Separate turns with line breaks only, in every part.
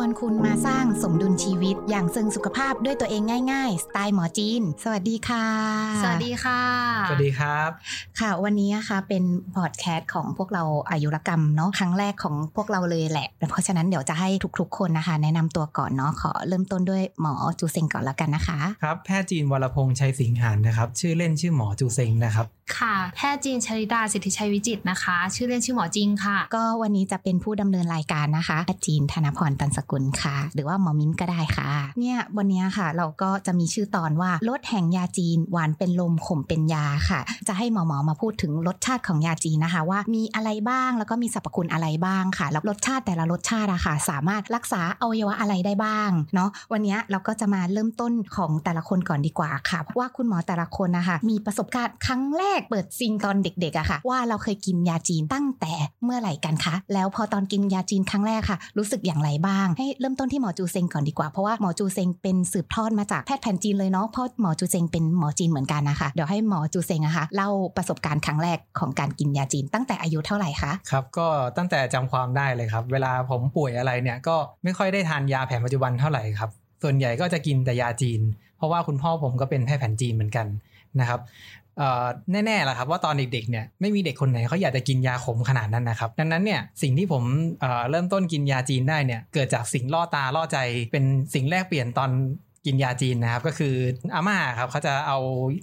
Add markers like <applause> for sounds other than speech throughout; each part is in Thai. วนคุณมาสร้างสมดุลชีวิต อย่างซึ่งสุขภาพด้วยตัวเองง่าย ๆ สไตล์หมอจีน สวัสดีค่ะ
สวัสดีค่ะ
สวัสดีครับ
ค่ะ วันนี้นะคะเป็นพอดแคสต์ของพวกเราอายุรกรรมเนาะครั้งแรกของพวกเราเลยแหละ เพราะฉะนั้นเดี๋ยวจะให้ทุกๆ คนนะคะ แนะนำตัวก่อนเนาะขอเริ่มต้นด้วยหมอจูเซงก่อนแล้วกันนะคะ
ครับแพทย์จีนวรพงษ์ชัยสิงหานนะครับ ชื่อเล่นชื่อหมอจูเซงนะครับ
ค่ะ แพทย์จีนชริดาสิทธิชัยวิจิตรนะคะ ชื่อเล่นชื่อหมอจริงค่ะ
ก็วันนี้จะเป็นผู้ดำเนินรายการนะคะอาจีนธนพรตันสกุลค่ะ หรือว่าหมอมิ้นก็ได้ค่ะ เนี่ยวันนี้ค่ะเราก็จะมีชื่อตอนว่าลดแห่งยาจีน หวานเป็นลมขมเป็นยาค่ะ จะให้หมอหมอมาพูดถึงรสชาติของยาจีนนะคะ ว่ามีอะไรบ้างแล้วก็มีสรรพคุณอะไรบ้างค่ะแล้วรสชาติแต่ละรสชาติอะค่ะ สามารถรักษาอวัยวะอะไรได้บ้างเนาะวันนี้เราก็จะมาเริ่มต้นของแต่ละคนก่อนดีกว่าค่ะ ว่าคุณหมอแต่ละคนนะคะมีประสบการณ์ครั้งแรกเปิดซิงตอนเด็กๆอะค่ะ ว่าเราเคยกินยาจีนตั้งแต่เมื่อไหร่กันคะ แล้วพอตอนกินยาจีนครั้งแรกค่ะ รู้สึกอย่างไรบ้าง ให้เริ่มต้นที่หมอจูเซงก่อนดีกว่าเพราะว่าหมอจูเซงเป็นสืบทอดมาจากแพทย์แผนจีนเลยเนาะเพราะหมอจูเซงเป็นหมอจีนเหมือนกันนะคะเดี๋ยวให้หมอจูเซงอะค่ะเล่าประสบการณ์ครั้งแรกของการกินยาจีน ตั้งแต่อายุเท่าไหร่คะ
ครับ ก็ตั้งแต่จำความได้เลยครับ เวลาผมป่วยอะไรเนี่ยก็ไม่ค่อยได้ทานยาแผนปัจจุบันเท่าไหร่ครับ ส่วนใหญ่ก็จะกินแต่ยาจีน เพราะว่าคุณพ่อผมก็เป็นแพทย์แผนจีนเหมือนกันนะครับเอ่อแน่ๆแหละครับว่าตอนเด็กๆเนี่ยไม่มีเด็กคนไหนเขาอยากจะกินยาขมขนาดนั้นนะครับ ดังนั้นเนี่ยสิ่งที่ผมเอ่อเริ่มต้นกินยาจีนได้เนี่ยเกิดจากสิ่งล่อตาล่อใจ เป็นสิ่งแรกเปลี่ยนตอนกินยาจีนนะครับ ก็คืออาม่าครับเขาจะเอา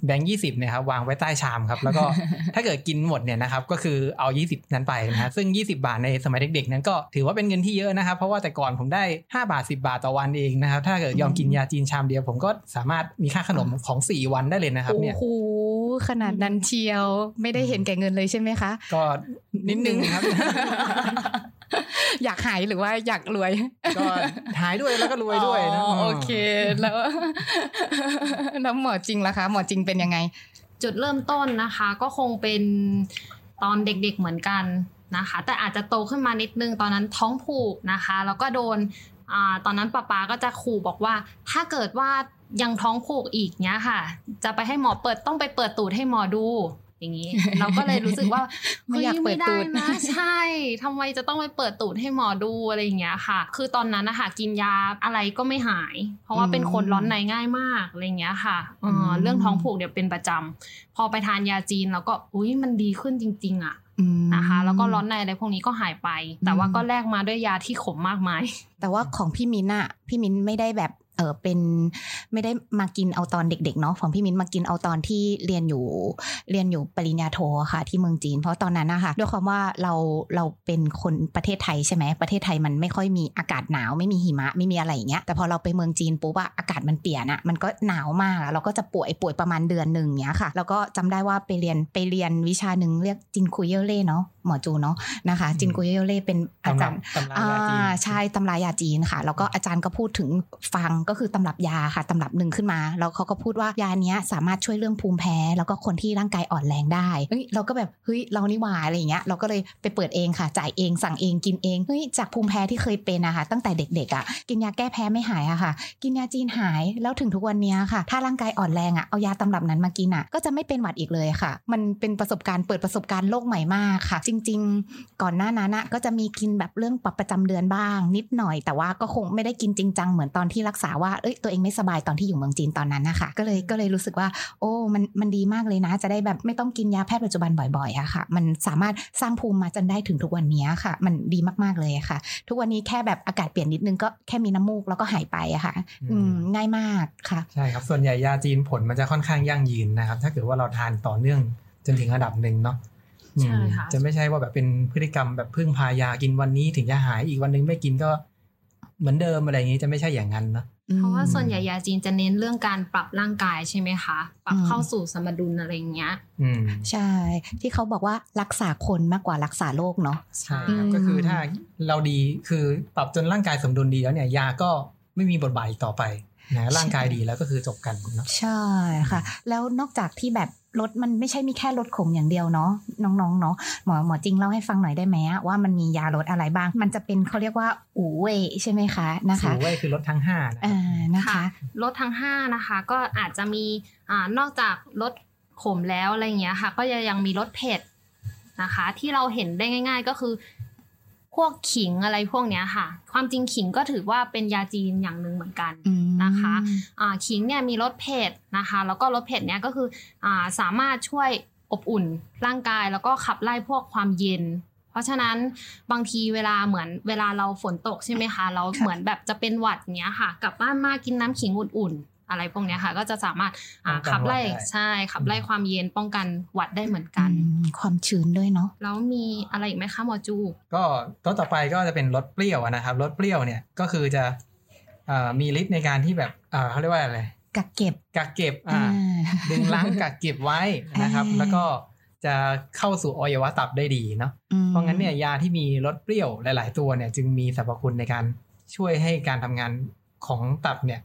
แบงค์ยี่สิบนะครับวางไว้ใต้ชามครับแล้วก็ <laughs> ถ้าเกิดกินหมดเนี่ยนะครับก็คือเอา 20 นั้นไปนะฮะซึ่ง 20 บาทในสมัยเด็กๆ นั้นก็ถือว่าเป็นเงินที่เยอะนะครับ เพราะว่าแต่ก่อนผมได้ 5 บาท 10 บาทต่อวันเองนะครับ ถ้าเกิดยอมกินยาจีนชามเดียวผมก็สามารถมีค่าขนมของ 4 วันได้เลยนะครับเนี่ย
โอ้โหขนาดนั้นเชียว ไม่ได้เห็นแก่เงินเลยใช่ไหมคะ <laughs>
ก็นิดนึงครับ
อยากหายหรือว่าอยากรวย
ก็หายด้วยแล้วก็รวยด้วยนะ
อ๋อโอเคแล้ว <laughs> แล้วหมอจริงล่ะคะ หมอจริงเป็นยังไง
จุดเริ่มต้นนะคะ ก็คงเป็นตอนเด็กๆเหมือนกันนะคะ แต่อาจจะโตขึ้นมานิดนึงตอนนั้นท้องผูกนะคะ แล้วก็โดนอาตอนนั้นป้าป๊าก็จะขู่บอกว่า ถ้าเกิดว่ายังท้องผูกอีกเนี้ยค่ะ จะไปให้หมอเปิดต้องไปเปิดตูดให้หมอดูอย่างนี้ เราก็เลยรู้สึกว่า
ไม่อยาก
ฮ้
เปิดตูด
ไม่ไนะใช่ทำไมจะต้องไปเปิดตูดให้หมอดูอะไรอย่างเงี้ยค่ะ คือตอนนั้นนะคะกินยาอะไรก็ไม่หาย เพราะว่าเป็นคนร้อนในง่ายมากอะไรอย่างเงี้ยค่ะเอออ
ม
เรื่องท้องผูกเดี๋ยวเป็นประจำพอไปทานยาจีนแล้วก็อุ้ยมันดีขึ้นจริง ๆอะ
อืม
นะคะ แล้วก็ร้อนในอะไรพวกนี้ก็หายไป แต่ว่า
อืม
ก็แลกมาด้วยยาที่ขมมากมาย
แต่ว่าของพี่มิ้นอะพี่มิ้นไม่ได้แบบเออเป็น ไม่ได้มากินเอาตอนเด็ก ๆ เนาะของพี่มิ้นมากินเอาตอนที่เรียนอยู่ เรียนอยู่ปริญญาโทอะค่ะ ที่เมืองจีน เพราะตอนนั้นนะคะด้วยความว่าเราเราเป็นคนประเทศไทยใช่ไหมประเทศไทยมันไม่ค่อยมีอากาศหนาวไม่มีหิมะไม่มีอะไรอย่างเงี้ยแต่พอเราไปเมืองจีนปุ๊บอะอากาศมันเปลี่ยนอะมันก็หนาวมากอะเราก็จะป่วยป่วยประมาณเดือนหนึ่งเงี้ยค่ะ แล้วก็จำได้ว่าไปเรียนไปเรียนวิชาหนึ่งเรียกจินคุยเย่เล่เนาะหมอจูเนาะนะคะ จินคุยเย่เล่เป็นอา
ตำ
จา
รับ
รย์
ตำรายา
อ่า
จีน
ใช่ตำรายาจีนค่ะ แล้วก็อาจารย์ก็พูดถึงฟังก็คือตำรับยาค่ะตำรับหนึ่งขึ้นมา แล้วเขาก็พูดว่ายาเนี้ยสามารถช่วยเรื่องภูมิแพ้ แล้วก็คนที่ร่างกายอ่อนแรงได้เฮ้ยเราก็แบบเฮ้ยเรานี่หว่าอะไรอย่างเงี้ยเราก็เลยไปเปิดเองค่ะ จ่ายเองสั่งเองกินเองเฮ้ยจากภูมิแพ้ที่เคยเป็นนะคะตั้งแต่เด็กๆอ่ะกินยาแก้แพ้ไม่หายอะค่ะ กินยาจีนหายแล้วถึงทุกวันเนี้ยค่ะ ถ้าร่างกายอ่อนแรงอะเอายาตำรับนั้นมากินอะก็จะไม่เป็นหวัดอีกเลยค่ะ มันเป็นประสบการณ์เปิดประสบการณ์โลกใหม่มากค่ะ จริง ๆ ก่อนหน้านั้นอะก็จะมีกินแบบเรื่องปรับประจำเดือนบ้าง นิดหน่อย แต่ว่าก็คงไม่ได้กินจริงจังเหมือนตอนที่รักษาว่าเอ้ยตัวเองไม่สบายตอนที่อยู่เมืองจีนตอนนั้นนะคะก็เลยก็เลยรู้สึกว่า โอ้ มันมันดีมากเลยนะ จะได้แบบไม่ต้องกินยาแพทย์ปัจจุบันบ่อยๆอะค่ะ มันสามารถสร้างภูมิมาจนได้ถึงทุกวันนี้ค่ะ มันดีมากๆเลยค่ะ ทุกวันนี้แค่แบบอากาศเปลี่ยนนิดนึงก็แค่มีน้ำมูกแล้วก็หายไปอะค่ะอื
อืม
มง่ายมากค่ะ
ใช่ครับส่วนใหญ่ยาจีนผลมันจะค่อนข้างยั่งยืนนะครับ ถ้าเกิดว่าเราทานต่อเนื่องจนถึงระดับหนึ่งเนาะ
ใช่ค่ะ
อืมจะไม่ใช่ว่าแบบเป็นพฤติกรรมแบบพึ่งพายากินวันนี้ถึงจะหายอีกวันหนึงไม่กินก็เหมือนเดิมอะไรอย่างนี้จะไม่ใช่อย่างนั้นเนอะ
เพราะว่าส่วนใหญ่ยาจีนจะเน้นเรื่องการปรับร่างกายใช่ไหมคะปรับ
อืม
เข้าสู่สมดุลอะไรอย่างเงี้ย
อืม
ใช่ ที่เขาบอกว่ารักษาคนมากกว่ารักษาโรคเนาะ
ใช่ครับ
อืม
ก็คือถ้าเราดีคือปรับจนร่างกายสมดุลดีแล้วเนี่ยยาก็ไม่มีบทบาทอีกต่อไปนะร่างกายดีแล้วก็คือจบกันเนาะ
ใช่ค่ะ แล้วนอกจากที่แบบรถมันไม่ใช่มีแค่รถขมอย่างเดียวเนาะน้องๆเนาะหมอหมอจริงเล่าให้ฟังหน่อยได้ไหมอะว่ามันมียารถอะไรบ้าง มันจะเป็นเขาเรียกว่าอูเวยใช่ไหมคะนะคะ
สูเว้ยคือลดทั้งห้านะค
อ่
รับ
านะคะ
รถทั้ง 5 นะคะ ก็อาจจะมีอ่านอกจากรถขมแล้วอะไรอย่างเงี้ยค่ะ ก็ยังมีรถเผ็ดนะคะ ที่เราเห็นได้ง่าย ๆ ก็คือ พวกขิงอะไรพวกเนี้ยค่ะ ความจริงขิงก็ถือว่าเป็นยาจีนอย่างหนึ่งเหมือนกัน
อืม
นะคะ อ่าขิงเนี่ยมีรสเผ็ดนะคะ แล้วก็รสเผ็ดเนี่ยก็คืออ่าสามารถช่วยอบอุ่นร่างกายแล้วก็ขับไล่พวกความเย็น เพราะฉะนั้นบางทีเวลาเหมือนเวลาเราฝนตกใช่ไหมคะเรา
ค่ะ
เหมือนแบบจะเป็นหวัดเนี้ยค่ะ กลับบ้านมากินน้ำขิงอุ่นๆอะไรพวกเนี้ยค่ะ ก็จะสามารถอ่า
ป้องกัน
ขับไล่
หวัดได้
ใช่ขับไล่ความเย็นป้องกันหวัดได้เหมือน
อื
กัน
มความชื้นด้วยเนาะ
แล้วมีอะไรอีกไหมคะหมอจู
ก็ตัวต่อไปก็จะเป็นรสเปรี้ยวอะนะครับรสเปรี้ยวเนี่ยก็คือจะเอ่อมีฤทธิ์ในการที่แบบเอ่อเขาเรียกว่าอะไร
กักเก็บ
กักเก็บอ่า
อ่า
ดึงล้างกักเก็บไว้นะครับ
อ่า
แล้วก็จะเข้าสู่อวัยวะตับได้ดีเนาะ
อืม
เพราะงั้นเนี่ยยาที่มีรสเปรี้ยวหลาย ๆ ตัวเนี่ย จึงมีสรรพคุณในการช่วยให้การทำงานของตับเนี่ย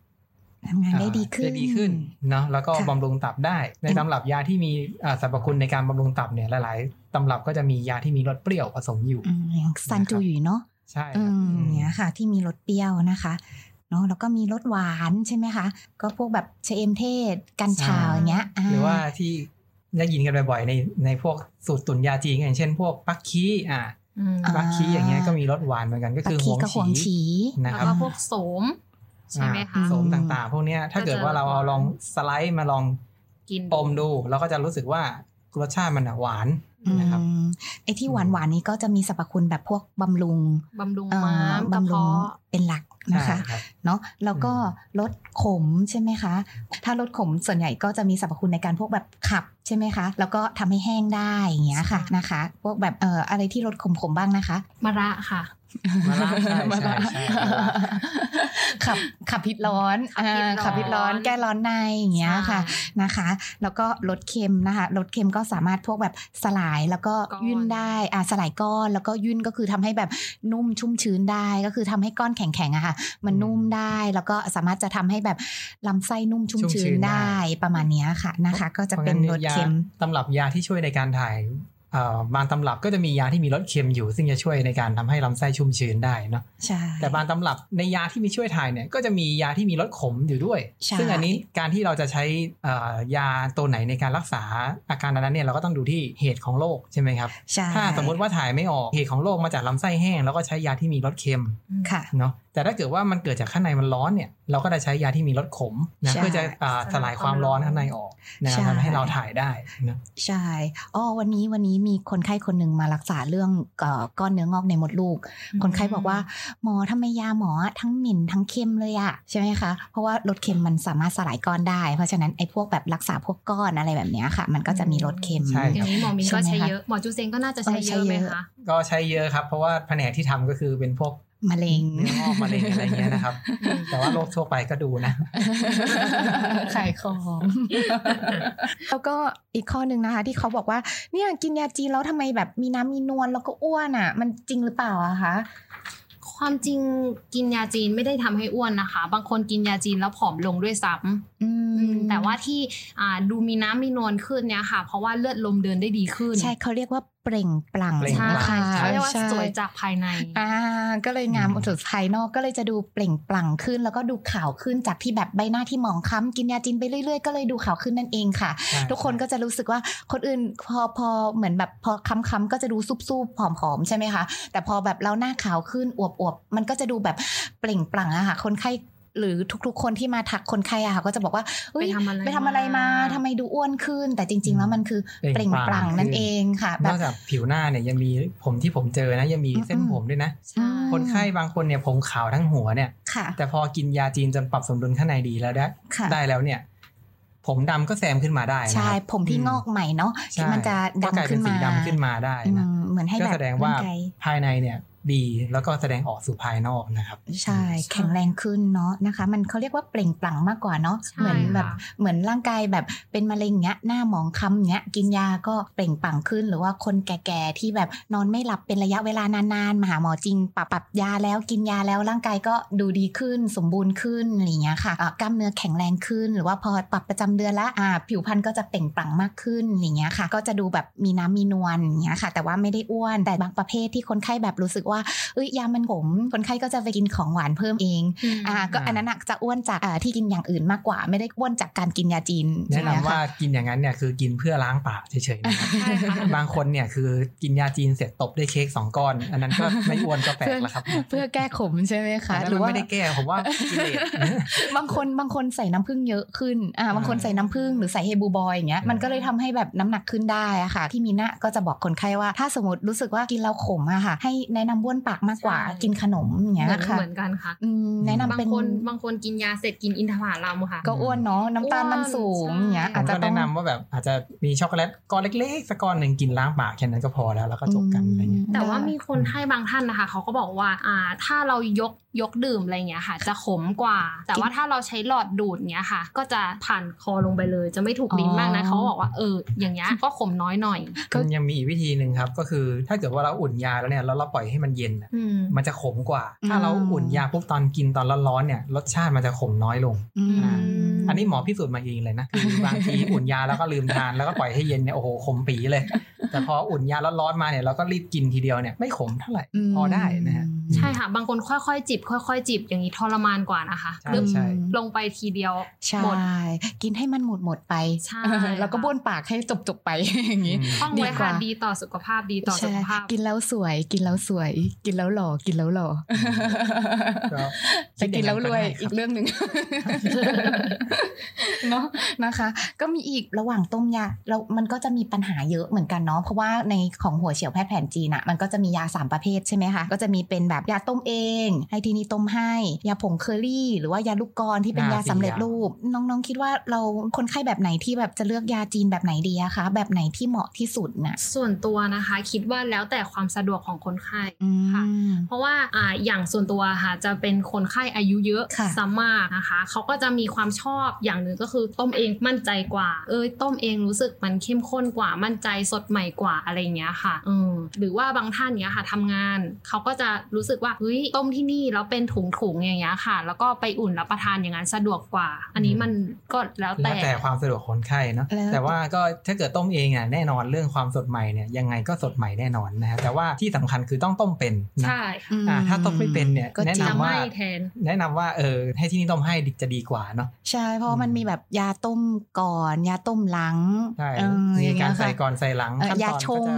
ทำงานได้
อ่า
ดีขึ้น
ได้ดีขึ้นเนาะแล้วก็
ค่ะ
บำรุงตับได้ ใน
อืม
ตำรับยาที่มีอ่าสรรพคุณในการบำรุงตับเนี่ยหลาย ๆ ตำรับก็จะมียาที่มีรสเปรี้ยวผสมอยู่
อืมอย่างซันจู
นะครับ
อยู่เนาะ
ใช่ค
อื
รับ
ม
อืม
เนี้ยค่ะ ที่มีรสเปรี้ยวนะคะเนาะแล้วก็มีรสหวานใช่ไหมคะ ก็พวกแบบชะเอมเทศ กัญชา
ใช่
อย่างเงี้ย
หรือว่าที่ได้ยินกันบ่อย ๆ ในในพวกสูตรตุนยาจีนอย่างเช่น พวกปักคีอ่า
อืม
า
ปักคีอย่างเงี้ยก็มีรสหวานเหมือนกันก็
ปั
คื
ก
อห
ขี
วง
กับหวง
ฉี
ฉี
นะ
แล้ว
ครับ
ก็พวกโสมใช่ไหม
อ่า
คะ
โสม
อืม
ต่างๆ พวกเนี้ยถ้าเกิด
ก็จะ
ว่าเราเอาลองสไลด์มาลอง
กิน
อมดูเราก็จะรู้สึกว่ารสชาติมันอะหวานนะครับ
อืมไอ้ที่หวานหวานๆนี้ก็จะมีสรรพคุณแบบพวกบำรุง
บำรุง
เอ่อ
ม้ามกระ
บำรุง
เพาะ
เป็นหลักนะคะ
ใช่รับ
เนาะแล้วก็
อื
ลดขมใช่ไหมคะ ถ้าลดขมส่วนใหญ่ก็จะมีสรรพคุณในการพวกแบบขับใช่ไหมคะ แล้วก็ทำให้แห้งได้อย่างเงี้ยค่ะ
ใช่
นะคะ พวกแบบเอ่ออะไรที่ลดขมขมๆบ้างนะคะ
มะระค่ะ
มะระใช่ใช่
มะระ
ใช่มะระ
ขับขับพิษร้อน
ขับพิษร้อน
อ่าขับพิษร้อนแก้ร้อนในอย่างเงี้ยค่ะ
ใช่
นะคะ แล้วก็ลดเค็มนะคะลดเค็มก็สามารถพวกแบบสลายแล้วก็
ก้อน
ยุ่นได้อ่าสลายก้อนแล้วก็ยุ่นก็คือทำให้แบบนุ่มชุ่มชื้นได้ก็คือทำให้ก้อนแข็งๆอะค่ะ มันนุ่มได้แล้วก็สามารถจะทำให้แบบลำไส้นุ่มชุ่ม
ชุ่มชื้
ชื้น
นได้
ได้ประมาณเนี้ยค่ะนะคะ ก็จะเป็นรสเค็ม
พราะงั้นยาตำรับยาที่ช่วยในการถ่ายเอ่อบางตำรับก็จะมียาที่มีรสเค็มอยู่ ซึ่งจะช่วยในการทำให้ลำไส้ชุ่มชื้นได้เนาะ
ใช่
แต่บางตำรับในยาที่มีช่วยถ่ายเนี่ยก็จะมียาที่มีรสขมอยู่ด้วย
ใช่
ซึ่งอันนี้การที่เราจะใช้เอ่อยาตัวไหนในการรักษาอาการนั้นๆเนี่ยเราก็ต้องดูที่เหตุของโรคใช่ไหมครับ
ใช่
ถ้าสมมติว่าถ่ายไม่ออกเหตุของโรคมาจากลำไส้แห้ง แล้วก็ใช้ยาที่มีรสเค็ม
ค่ะ
เนาะแต่ถ้าเกิดว่ามันเกิดจากข้างในมันร้อนเนี่ยเราก็จะใช้ยาที่มีรสขมนะ
ใช่
เพื่อจะอ่าสลายความร้อนข้างในออกนะครับ
ใช่
ทำให้เราถ่ายได้นะ
ใช่อ๋อวันนี้วันนี้มีคนไข้คนหนึ่งมารักษาเรื่องเอ่อก้อนเนื้องอกในมดลูก คนไข้บอกว่าหมอทำไมยาหมอทั้งหมิ่นทั้งเค็มเลยอะใช่ไหมคะ เพราะว่ารสเค็มมันสามารถสลายก้อนได้ เพราะฉะนั้นไอ้พวกแบบรักษาพวกก้อนอะไรแบบเนี้ยค่ะ มันก็จะมีรสเค็ม
ใช่
อย่างนี้หมอมินก็
ใช่
ใช้
ไหมคะ
เยอะหมอจูเซงก็น่าจะใช้
เออใช้
เยอะไหม
เยอะ
คะ
ก็ใช้เยอะครับ เพราะว่าแผนกที่ทำก็คือเป็นพวก
มะเร็ง
เนื้องอกมะเร็งอะไรเงี้ยนะครับ แต่ว่าโรคทั่วไปก็ดู
<laughs>
นะ
ขายของ <laughs> แล้วก็อีกข้อหนึ่งนะคะ ที่เขาบอกว่าเนี่ยกินยาจีนแล้วทำไมแบบมีน้ำมีนวลแล้วก็อ้วนอ่ะ มันจริงหรือเปล่าอะคะ
ความจริงกินยาจีนไม่ได้ทำให้อ้วนนะคะ บางคนกินยาจีนแล้วผอมลงด้วยซ้ำ
อืม
แต่ว่าที่อ่าดูมีน้ำมีนวลขึ้นเนี่ยค่ะ เพราะว่าเลือดลมเดินได้ดีขึ้น
ใช่เขาเรียกว่าเปล่งปลั่ง
เปล่ง
ใช่
ปลั่ง
ค่ะ
เขาเรียกว่า
ใช่
สวยจากภายใน
อ่าก็เลยงามอุดมภายนอกก็เลยจะดูเปล่งปลั่งขึ้น แล้วก็ดูขาวขึ้นจากที่แบบใบหน้าที่หมองคล้ำกินยาจีนไปเรื่อยๆก็เลยดูขาวขึ้นนั่นเองค่ะ
ใช่
ทุกคนก็จะรู้สึกว่าคนอื่นพอพอเหมือนแบบพอค้ำๆก็จะดูซุบๆผอมๆใช่ไหมคะแต่พอแบบเราหน้าขาวขึ้นอวบๆมันก็จะดูแบบเปล่งปลั่งอะค่ะ คนไข้หรือทุกๆ คนที่มาทักคนไข้อะค่ะ ก็จะบอกว่าเฮ้ย
ไปทำอะไร
ไปทำอะไรมาทำไมดูอ้วนขึ้น แต่จริง ๆ แล้วมันคือเปล่งปลั่งนั่นเองค่ะแบ
น
บ
อกจากผิวหน้าเนี่ยยังมีผมที่ผมเจอนะยังมีเส้น
อืม
ผมด้วยนะ
ใช่
อืม
คนไข้บางคนเนี่ยผมขาวทั้งหัวเนี่ย
ค่ะ
แต่พอกินยาจีนจนปรับสมดุลข้างในดีแล้วได้
ค่ะ
ได้แล้วเนี่ย ผมดำก็แซมขึ้นมาได้นะ
ใช่
ครับ
ผมที่
อืม
งอกใหม่เนาะ
ใช่
ที่มันจะ
ก็กลาย
ดำ
เป็
ขึ้
น
น
สี
มา
ดำขึ้นมาได้
อื
นะ
มเหมือนให้
ก็
แบบ
แสดงว่า
ร่กย
ภายในเนี่ยดีแล้วก็แสดงออกสู่ภายนอกนะครับ
ใช่แข็งแรงขึ้นเนาะนะคะ มันเขาเรียกว่าเปล่งปลั่งมากกว่าเนาะ
ใช่
เหมือนแบบ
ค่ะ
เหมือนร่างกายแบบเป็นมะเร็งเงี้ยหน้าหมองคล้ำเงี้ยกินยาก็เปล่งปลั่งขึ้น หรือว่าคนแก่ๆที่แบบนอนไม่หลับเป็นระยะเวลานานๆมาหาหมอจริงปรับปรับยาแล้วกินยาแล้วร่างกายก็ดูดีขึ้นสมบูรณ์ขึ้นอะไรอย่างเงี้ยค่ะอ่ะกล้ามเนื้อแข็งแรงขึ้น หรือว่าพอปรับประจำเดือนละอ่าผิวพรรณก็จะเปล่งปลั่งมากขึ้นอย่างเงี้ยค่ะ ก็จะดูแบบมีน้ำมีนวลอย่างเงี้ยค่ะ แต่ว่าไม่ได้อ้วนแต่บางประเภทที่คนไข้แบบรู้สึกว่า ว่าเอ้ยยามันขมคนไข้ก็จะไปกินของหวานเพิ่มเองอ่าก็อันนั้นอะจะอ้วนจากอ่าที่กินอย่างอื่นมากกว่า ไม่ได้อ้วนจากการกินยาจีน
แนะนำ
ใช่ไหมค
ว่ากินอย่างนั้นเนี่ยคือกินเพื่อล้างปากเฉยๆนะครับ
ใช่ค่ะ
บาง <laughs> คนเนี่ยคือกินยาจีนเสร็จตบด้วยเค้กสองก้อน อันนั้นก็ไม่อ้วนก็แปลกแล้วครับ
เพื่อแก้ขมใช่ไหมคะ
อันนั้น
หรือ
มัน
ว่า
ไม่ได้แก้ผมว่ากิเลส
บางคนบางคนใส่น้ำผึ้งเยอะขึ้นอ่าบางคนใส่น้ำผึ้งหรือใส่เฮบูบอยอย่างเงี้ย
อืม
มันก็เลยทำให้แบบน้ำหนักขึ้นได้อะค่ะ ที่มีนะก็จะบอกคนไข้ว่า ถ้าสมมติรู้สึกว่ากินแล้วขมอะค่ะ ให้แนะนำบ้วนปากมากกว่า
ใช่
กินขนมอย่างเงี้ย
เหมือน
ค่ะ
เหมือนกันค่ะ
อืมแนะนำ
บาง
เป็น
คนบางคนกินยาเสร็จกินอินทผลัมค่ะ
ก็อ้วนเนาะน้ำตาลมันสูงอย่างเงี้ย
ใช่
ผ
อาจ
ม
จะ
ก็
ต้อ
แนะ
ง
นำว่าแบบอาจจะมีช็อกโกแลตก้อนเล็กๆสักก้อนหนึ่งกินล้างปากแค่นั้นก็พอแล้วแล้วก็จบกันอะไรเงี้ย
แต่ว่า
ได้
มีคนไข้บางท่านนะคะ เขาก็บอกว่าอ่าถ้าเรายกยกดื่มอะไรเงี้ยค่ะ จะขมกว่า แต่ว่าถ้าเราใช้หลอดดูดเงี้ยค่ะ ก็จะผ่านคอลงไปเลย จะไม่ถูกลิ้นมากนะ
อ๋อ
เขาบอกว่าเอออย่า
<laughs>
งเงี้ยก็ขมน้อยหน่อย
มันยังมีอีกวิธีหนึ่งครับ ก็คือถ้าเกิดว่าเราอุ่นยาแล้วเนี่ยแล้วเราปล่อยให้มันเย็นน่ะ
อืม
มันจะขมกว่า ถ้าเราอุ่นยาปุ๊บตอนกินตอนร้อนๆเนี่ยรสชาติมันจะขมน้อยลง
อืม
อ่า
อันนี้หมอพิสูจน์มาเองเลยนะค
<laughs>
ือบางที อุ่นยาแล้วก็ลืมทานแล้วก็ปล่อยให้เย็นเนี่ยโอ้โหขมปีเลย แต่พออุ่นยาร้อนๆมาเนี่ยเราก็รีบกินทีเดียวเนี่ยไม่ขมเท่าไหร่
อืม
พอได้นะฮะ
ใช่ค่ะ บางคนค่อยๆจิบ ค่อยๆจิบอย่างนี้ทรมานกว่านะคะ
ใช่
ดึบ
ใช่
ลงไปทีเดียว
ใช่
หมด
กินให้มันหมดหมดๆไป
ใช่
แล้วก็บ้วนปากให้จบจบๆไป <laughs> อย่างงี้
อืม
ต้องไว้
ดีก
ค่ะ
ว่า
ดีต่อสุขภาพดีต่อสุขภาพ
ใช่กินแล้วสวย กินแล้วสวย กินแล้วหล่อ กินแล้วหล่อ
ก็
แต่กินแล้วรวย
คิด
อีก
อย่างนั้นก็ได้ครับ
เรื่องหนึ่ง <laughs> เนาะนะคะ ก็มีอีกระหว่างต้มยาเรามันก็จะมีปัญหาเยอะเหมือนกันเนาะเพราะว่าในของหัวเฉียวแพทย์แผนจีนอะมันก็จะมียาสามประเภทใช่ไหมคะก็จะมีเป็นแบบยาต้มเอง ให้ทีนี้ต้มให้ ยาผงเคอรี่ หรือว่ายาลูกกรที่เป็น
อ่าย
ยาสำเร็จ
สี่อย่าง
รูป น้องๆคิดว่าเราคนไข้แบบไหนที่แบบจะเลือกยาจีนแบบไหนดีอะคะแบบไหนที่เหมาะที่สุดน่ะ
ส่วนตัวนะคะ คิดว่าแล้วแต่ความสะดวกของคนไข้
อืม
ค่ะ เพราะว่าอ่าอย่างส่วนตัวค่ะจะเป็นคนไข้อายุเยอะ
ค่ะ
สามากนะคะเขาก็จะมีความชอบอย่างหนึ่งก็คือต้มเองมั่นใจกว่า เอ้ยต้มเองรู้สึกมันเข้มข้นกว่ามั่นใจสดใหม่กว่าอะไรอย่างเงี้ยค่ะอืมหรือว่าบางท่านเนี้ยค่ะทำงานเขาก็จะรู้สึกว่าเฮ้ยต้มที่นี่แล้วเป็นถุงถุงๆอย่างเงี้ยค่ะ แล้วก็ไปอุ่นรับประทานอย่างนั้นสะดวกกว่า อันนี้มันก็แล้ว
แล้
แต่
วแต่ความสะดวกคนไข้เนาะ
แล้วแต่
แต่ว่าก็ถ้าเกิดต้มเองอ่ะแน่นอนเรื่องความสดใหม่เนี่ยยังไงก็สดใหม่แน่นอนนะฮะแต่ว่าที่สำคัญคือต้องต้มเป็นนะ
ใช่ค่ะ
อืม
อ่าถ้าต้มไม่เป็นเนี่ย
ก็
แนะ
จริง
นำ
จะไห
ว่า
ม่แทน
แนะนำว่าเออให้ที่นี่ต้มให้จะดีกว่าเนาะ
ใช่เพราะว่ามัน
อืม
มีแบบยาต้มก่อน ยาต้มหลัง
ใช่
เออ
มี
อย่าง
กา
เงี้
ร
ย
ใส่
ค่ะ
ก่อนใส่หลัง
เอ่อ
ขั้นตอน
ยาช
ก็
ง
จะ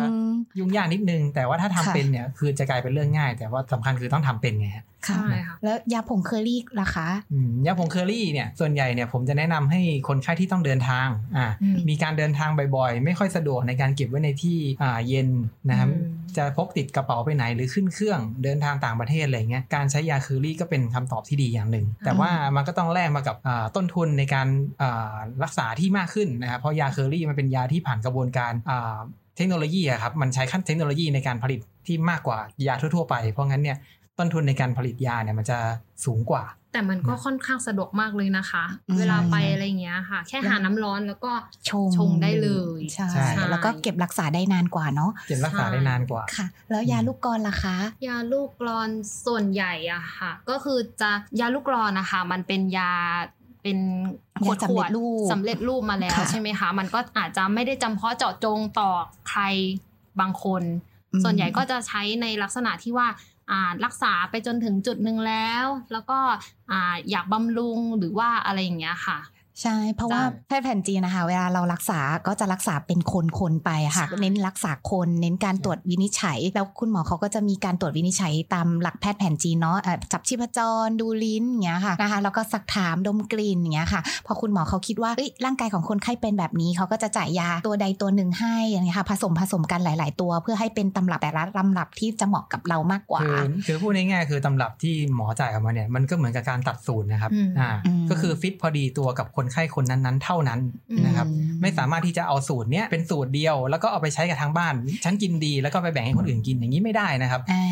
ยุ่งยากนิดนึง แต่ว่าถ้าทำ
ค่ะ
เป็นเนี่ยคือจะกลายเป็นเรื่องง่าย แต่ว่าสำคัญคือต้องทำเป็นไงฮะ
ค่ะ
ใช่ค่ะ
แล้วยาผงเคอรี่ล่ะคะ
อืมยาผงเคอรี่เนี่ยส่วนใหญ่เนี่ยผมจะแนะนำให้คนไข้ที่ต้องเดินทางอ่า
อืม
มีการเดินทางบ่อยๆ ไม่ค่อยสะดวกในการเก็บไว้ในที่อ่าเย็นนะครับ
อืม
จะพกติดกระเป๋าไปไหนหรือขึ้นเครื่องเดินทางต่างประเทศอะไรเงี้ยการใช้ยาเคอรี่ก็เป็นคำตอบที่ดีอย่างหนึ่ง แต่ว่ามันก็ต้องแลกมากับอ่าต้นทุนในการอ่ารักษาที่มากขึ้นนะครับเพราะยาเคอรี่มันเป็นยาที่ผ่านกระบวนการอ่า เทคโนโลยีอะครับมันใช้ขั้นเทคโนโลยีในการผลิตที่มากกว่ายาทั่วๆไป เพราะงั้นเนี่ยต้นทุนในการผลิตยาเนี่ยมันจะสูงกว่า
แต่มันก็ค่อนข้างสะดวกมากเลยนะคะ
อืม
เวลาไปอะไรอย่างเงี้ยค่ะ แค่หาน้ำร้อนแล้วก็
ชง
ชงได้เลย
ใช่
ใช่
แล้วก็เก็บรักษาได้นานกว่าเนาะ
เก็บรักษาได้นานกว่า
ค่ะ แล้วยาลูกกรล่ะคะ
ยาลูกกรอนส่วนใหญ่อะค่ะ ก็คือจะยาลูกกรอนนะคะ มันเป็นยาเป็นขวด
ยา
ข
สำเร็
วด
จรูป
สำเร็จรูปมาแล้ว
ค่ะ
ใช่ไหมคะ มันก็อาจจะไม่ได้จำเพาะเจาะจงต่อใครบางคน
อืม
ส่วนใหญ่ก็จะใช้ในลักษณะที่ว่าอ่ารักษาไปจนถึงจุดหนึ่งแล้ว แล้วก็อ่าอยากบำรุงหรือว่าอะไรอย่างเงี้ยค่ะ
ใช่ เพราะว่า
ใช่
แพทย์แผนจีนนะคะ เวลาเรารักษาก็จะรักษาเป็นคนคนๆไปอะค่ะ
ใช่
เน้นรักษาคนเน้นการตรวจวินิจฉัย แล้วคุณหมอเขาก็จะมีการตรวจวินิจฉัยตามหลักแพทย์แผนจีนเนาะเอ่อจับชีพจรดูลิ้นอย่างเงี้ยค่ะนะคะแล้วก็สักถามดมกลิ่นอย่างเงี้ยค่ะ พอคุณหมอเขาคิดว่าเอ้ยร่างกายของคนไข้เป็นแบบนี้เขาก็จะจ่ายยาตัวใดตัวหนึ่งให้อย่างเงี้ยค่ะ ผสมผสมกันหลาย ๆ ตัวเพื่อให้เป็นตำรับแต่ละลำรับที่จะเหมาะกับเรามากกว่า
คือคือพูดง่ายๆคือตำรับที่หมอจ่ายออกมาเนี่ยมันก็เหมือนกับการตัดสูตรนะครับ
อืม
อ่า
อืม
ก็คือฟิตพอดีตัวกับคนไข้คนนั้นๆ เท่านั้นนะครับ
อื
ไม่สามารถที่จะเอาสูตรเนี้ยเป็นสูตรเดียว แล้วก็เอาไปใช้กับทางบ้านฉันกินดีแล้วก็ไปแบ่งให้คนอื่นกินอย่างนี้ไม่ได้นะครับ
อ่า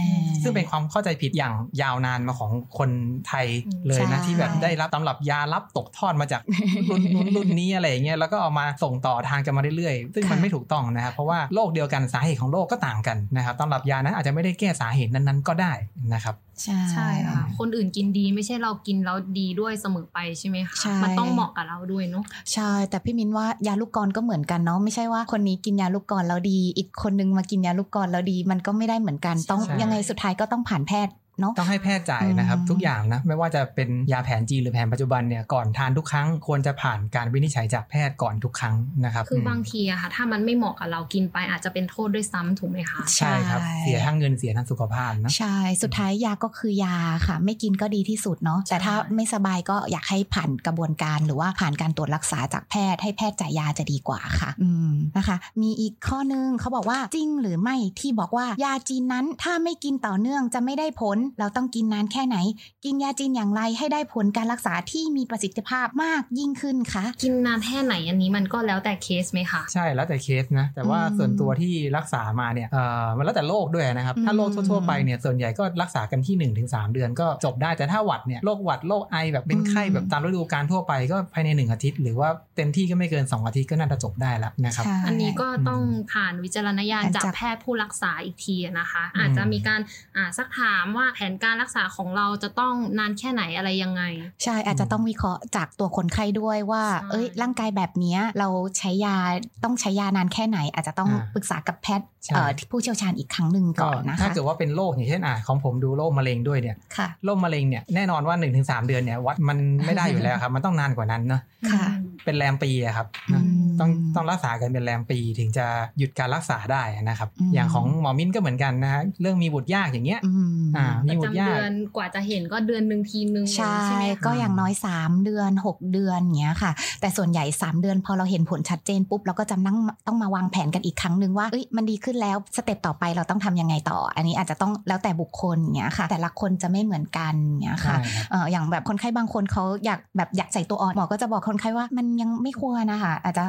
ซึ่งเป็นความเข้าใจผิดอย่างยาวนานมาของคนไทยเลยนะ
ใช่
ที่แบบได้รับตำรับยารับตกทอดมาจาก <laughs> รุ่นนู้นรุ่นนี้อะไรอย่างเงี้ยแล้วก็เอามาส่งต่อทางกันมาเรื่อยๆ ซึ่งมัน
ค่ะ
ไม่ถูกต้องนะครับ เพราะว่าโรคเดียวกันสาเหตุของโรคก็ต่างกันนะครับตำรับยานั้นอาจจะไม่ได้แก้สาเหตุนั้นๆก็ได้นะครับ
ใช่
ใช่ค่ะ คนอื่นกินดีไม่ใช่เรากินแล้วดีด้วยเสมอไปใช่ไหมคะ
ใช่
มันต้องเหมาะกับ เราด้วยเนาะ
ใช่ แต่พี่มิ้นว่ายาลูกกรก็เหมือนกันเนาะไม่ใช่ว่าคนนี้กินยาลูกกรแล้วดี อีกคนนึงมากินยาลูกกรแล้วดี มันก็ไม่ได้เหมือนกันต้อง
ใช่
ยังไงสุดท้ายก็ต้องผ่านแพทย์เนาะ
ต้องให้แพทย์จ่ายนะครับ
อืม
ทุกอย่างนะไม่ว่าจะเป็นยาแผนจีนหรือแผนปัจจุบันเนี่ยก่อนทานทุกครั้งควรจะผ่านการวินิจฉัยจากแพทย์ก่อนทุกครั้งนะครับ
คือ
ม
บางทีอะค่ะถ้ามันไม่เหมาะกับเรากินไปอาจจะเป็นโทษด้วยซ้ำถูกไหมคะ
ใช่ครับ เสียทั้งเงินเสียทั้งสุขภาพนะ
ใช่ สุดท้ายยาก็คือยาค่ะ ไม่กินก็ดีที่สุดเนาะ แต่ถ้า
ใช่
ไม่สบายก็อยากให้ผ่านกระบวนการหรือว่าผ่านการตรวจรักษาจากแพทย์ให้แพทย์จ่ายยาจะดีกว่าค่ะ อืมนะคะ มีอีกข้อนึงเขาบอกว่าจริงหรือไม่ที่บอกว่ายาจีนนั้นถ้าไม่กินต่อเนื่องจะไม่ได้ผล เราต้องกินนานแค่ไหน กินยาจีนอย่างไรให้ได้ผลการรักษาที่มีประสิทธิภาพมากยิ่งขึ้นคะ
กินนานแค่ไหนอันนี้มันก็แล้วแต่เคสไหมคะ
ใช่แล้วแต่เคสนะ แต่ว่า
อืม
ส่วนตัวที่รักษามาเนี่ยเอ่อมันแล้วแต่โรคด้วยนะครับ ถ้า
อืม
โรคทั่วๆไปเนี่ยส่วนใหญ่ก็รักษากันที่ 1-3 เดือนก็จบได้แต่ถ้าหวัดเนี่ยโรคหวัดโรคไอแบบเป็นไข้
อืม
แบบตามฤดูกาลทั่วไปก็ภายใน 1 อาทิตย์ หรือว่าเต็มที่ก็ไม่เกิน 2 อาทิตย์ก็น่าจะจบได้แล้วนะครับ
ใช่
อันนี้ก็ต้องผ่านวิจารณญาณ
อ่า
จาก
จาก
แพทย์ผู้รักษาอีกทีอะนะคะ
อืม
อาจจะมีการอ่าซักถามว่าแผนการรักษาของเราจะต้องนานแค่ไหนอะไรยังไง
ใช่อาจจะต้องวิเคราะห์จากตัวคนไข้ด้วยว่า
ใช่
เอ้ย ร่างกายแบบเนี้ยเราใช้ยาต้องใช้ยานานแค่ไหน อาจจะต้อง
อ่า
ปรึกษากับแพทย์
ใช่
เอ่อผู้เชี่ยวชาญอีกครั้งหนึ่ง
ก็
ก่อนนะ
ถ้า
คะ
เกิดว่าเป็นโรคอย่างเช่นอ่ะของผมดูโรคมะเร็งด้วยเนี่ย
ค่ะ
โรคมะเร็งเนี่ยแน่นอนว่า 1-3 เดือนเนี่ยวัดมันไม่ได้อยู่แล้วครับ มันต้องนานกว่านั้นเนาะ
ค่ะ
อืม
เป็นแรมปีอะครับนะ
ม
ต้องต้องรักษากันเป็นแรมปีถึงจะหยุดการรักษาได้นะครับ
อืม
อย่างของหมอมิ้นก็เหมือนกันนะฮะเรื่องมีบุตรยากอย่างเงี้ย
อืม
อ่า
ประจำเดือนกว่าจะเห็นก็เดือนหนึ่งทีนึงเลย
ใช่
ไหมคะ
ก็อย่างน้อย 3 เดือน 6 เดือนเงี้ยค่ะ แต่ส่วนใหญ่ 3 เดือนพอเราเห็นผลชัดเจนปุ๊บเราก็จะนั่งต้องมาวางแผนกันอีกครั้งหนึ่งว่าเอ้ยมันดีขึ้นแล้วสเต็ปต่อไปเราต้องทำยังไงต่อ อันนี้อาจจะต้องแล้วแต่บุคคลเงี้ยค่ะ แต่ละคนจะไม่เหมือนกันเงี้ยค่ะ
ใช่ครับ
เอ่ออย่างแบบคนไข้บางคนเขาอยากแบบอยากใส่ตัวอ่อนหมอก็จะบอกคนไข้ว่ามันยังไม่ควรนะคะอาจจะ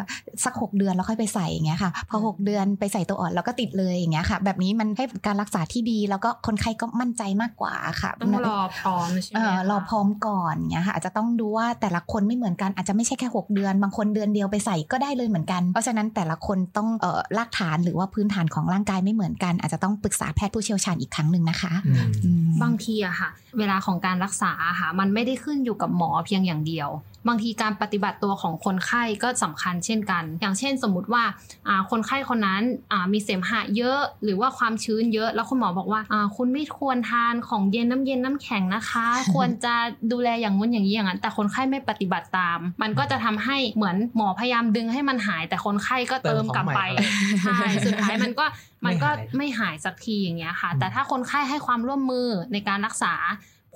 สัก 6 เดือนแล้วค่อยไปใส่อย่างเงี้ยค่ะ พอ
อืม
6 เดือนไปใส่ตัวอ่อนแล้วก็ติดเลยอย่างเงี้ยค่ะ แบบนี้มันให้การรักษาที่ดี แล้วก็คนไข้ก็มั่นใจมากกว่าค่ะ
ต้องรอพร้อมใช่ไหม
เอ่อ
คะ
รอพร้อมก่อนเงี้ยค่ะอาจจะต้องดูว่าแต่ละคนไม่เหมือนกันอาจจะไม่ใช่แค่ 6 เดือน บางคนเดือนเดียวไปใส่ก็ได้เลยเหมือนกัน เพราะฉะนั้นแต่ละคนต้องเอ่อรากฐานหรือว่าพื้นฐานของร่างกายไม่เหมือนกัน อาจจะต้องปรึกษาแพทย์ผู้เชี่ยวชาญอีกครั้งหนึ่งนะคะ
อืม
อืม
บาง <laughs> ทีอะค่ะ เวลาของการรักษาอะค่ะ มันไม่ได้ขึ้นอยู่กับหมอเพียงอย่างเดียว บางทีการปฏิบัติตัวของคนไข้ก็สำคัญเช่นกัน อย่างเช่นสมมุติว่าอ่าคนไข้คนนั้นอ่ามีเสมหะเยอะ หรือว่าความชื้นเยอะ แล้วคุณหมอบอกว่าอ่าคุณไม่ควรทานของเย็นน้ำเย็นน้ำแข็งนะคะ ควรจะดูแลอย่างงู้นอย่างนี้อย่างนั้น แต่คนไข้ไม่ปฏิบัติตาม มันก็จะทำให้เหมือนหมอพยายามดึงให้มันหาย แต่คนไข้ก็เติมกลับไป
เติมของใหม่เข้าไป
ใช่ <laughs> สุดท้ายมันก็
<laughs> ไม่
มันก็
หาย
ไม่หายสักทีอย่างเงี้ยค่ะ
อืม
แต่ถ้าคนไข้ให้ความร่วมมือในการรักษา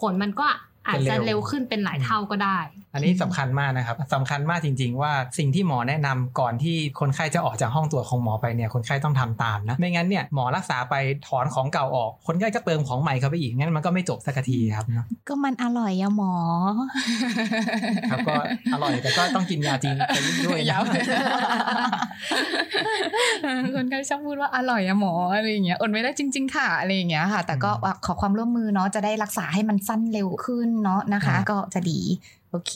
ผลมันก็อาจจะ
เป็นเร็
เร็
ว
วขึ้นเป็นหลายเท่าก็ได้
อันนี้สำคัญมากนะครับสำคัญมากจริง ๆ ว่าสิ่งที่หมอแนะนำก่อนที่คนไข้จะออกจากห้องตรวจของหมอไปเนี่ยคนไข้ต้องทำตามนะไม่งั้นเนี่ยหมอรักษาไปถอนของเก่าออก คนไข้ก็เติมของใหม่เข้าไปอีกงั้นมันก็ไม่จบสักทีครับเนอะ
ก็มันอร่อยอะหมอ
ครับก็อร่อยแต่ก็ต้องกินยาจีนไปด้วย <laughs> ๆนะ
<laughs> คนไข้ชอบพูดว่าอร่อยอะหมออะไรอย่างเงี้ยอดไม่ได้จริง ๆ ค่ะอะไรอย่างเงี้ยค่ะ แต่ก็
อืม
ขอความร่วมมือเนาะจะได้รักษาให้มันสั้นเร็วขึ้นเนาะนะคะ
ครับ
ก็จะดี โอเค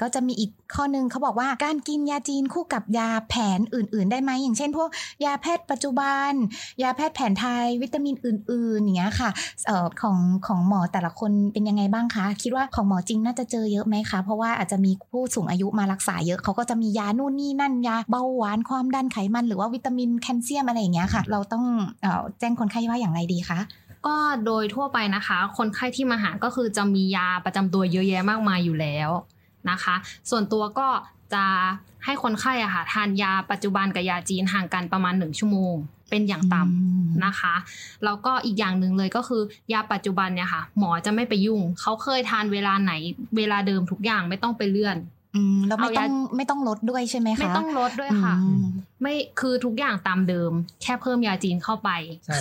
ก็จะมีอีกข้อหนึงเขาบอกว่าการกินยาจีนคู่กับยาแผนอื่น ๆ ได้ไหมอย่างเช่น พวกยาแพทย์ปัจจุบัน ยาแพทย์แผนไทยวิตามินอื่นๆอย่างเงี้ยค่ะเอ่อของของหมอแต่ละคนเป็นยังไงบ้างคะ คิดว่าของหมอจริงน่าจะเจอเยอะไหมคะ เพราะว่าอาจจะมีผู้สูงอายุมารักษาเยอะเขาก็จะมียานู่นนี่นั่นยาเบาหวานความดันไขมันหรือว่าวิตามินแคลเซียมอะไรอย่างเงี้ยค่ะ เราต้องเอ่อแจ้งคนไข้ว่าอย่างไรดีคะ
ก็โดยทั่วไปนะคะ คนไข้ที่มาหาก็คือจะมียาประจำตัวเยอะแยะมากมายอยู่แล้วนะคะ ส่วนตัวก็จะให้คนไข้อะค่ะทานยาปัจจุบันกับยาจีนห่างกันประมาณ 1 ชั่วโมง เป็นอย่างต่ำ นะคะแล้วก็อีกอย่างหนึ่งเลยก็คือยาปัจจุบันเนี่ยค่ะ หมอจะไม่ไปยุ่ง เขาเคยทานเวลาไหนเวลาเดิมทุกอย่างไม่ต้องไปเลื่อน
อืมแล้วไม่
เอายา
ต้องไม่ต้องลดด้วยใช่ไหมคะ
ไม่ต้องลดด้วยค่ะ
อืม
ไม่คือทุกอย่างตามเดิม แค่เพิ่มยาจีนเข้าไป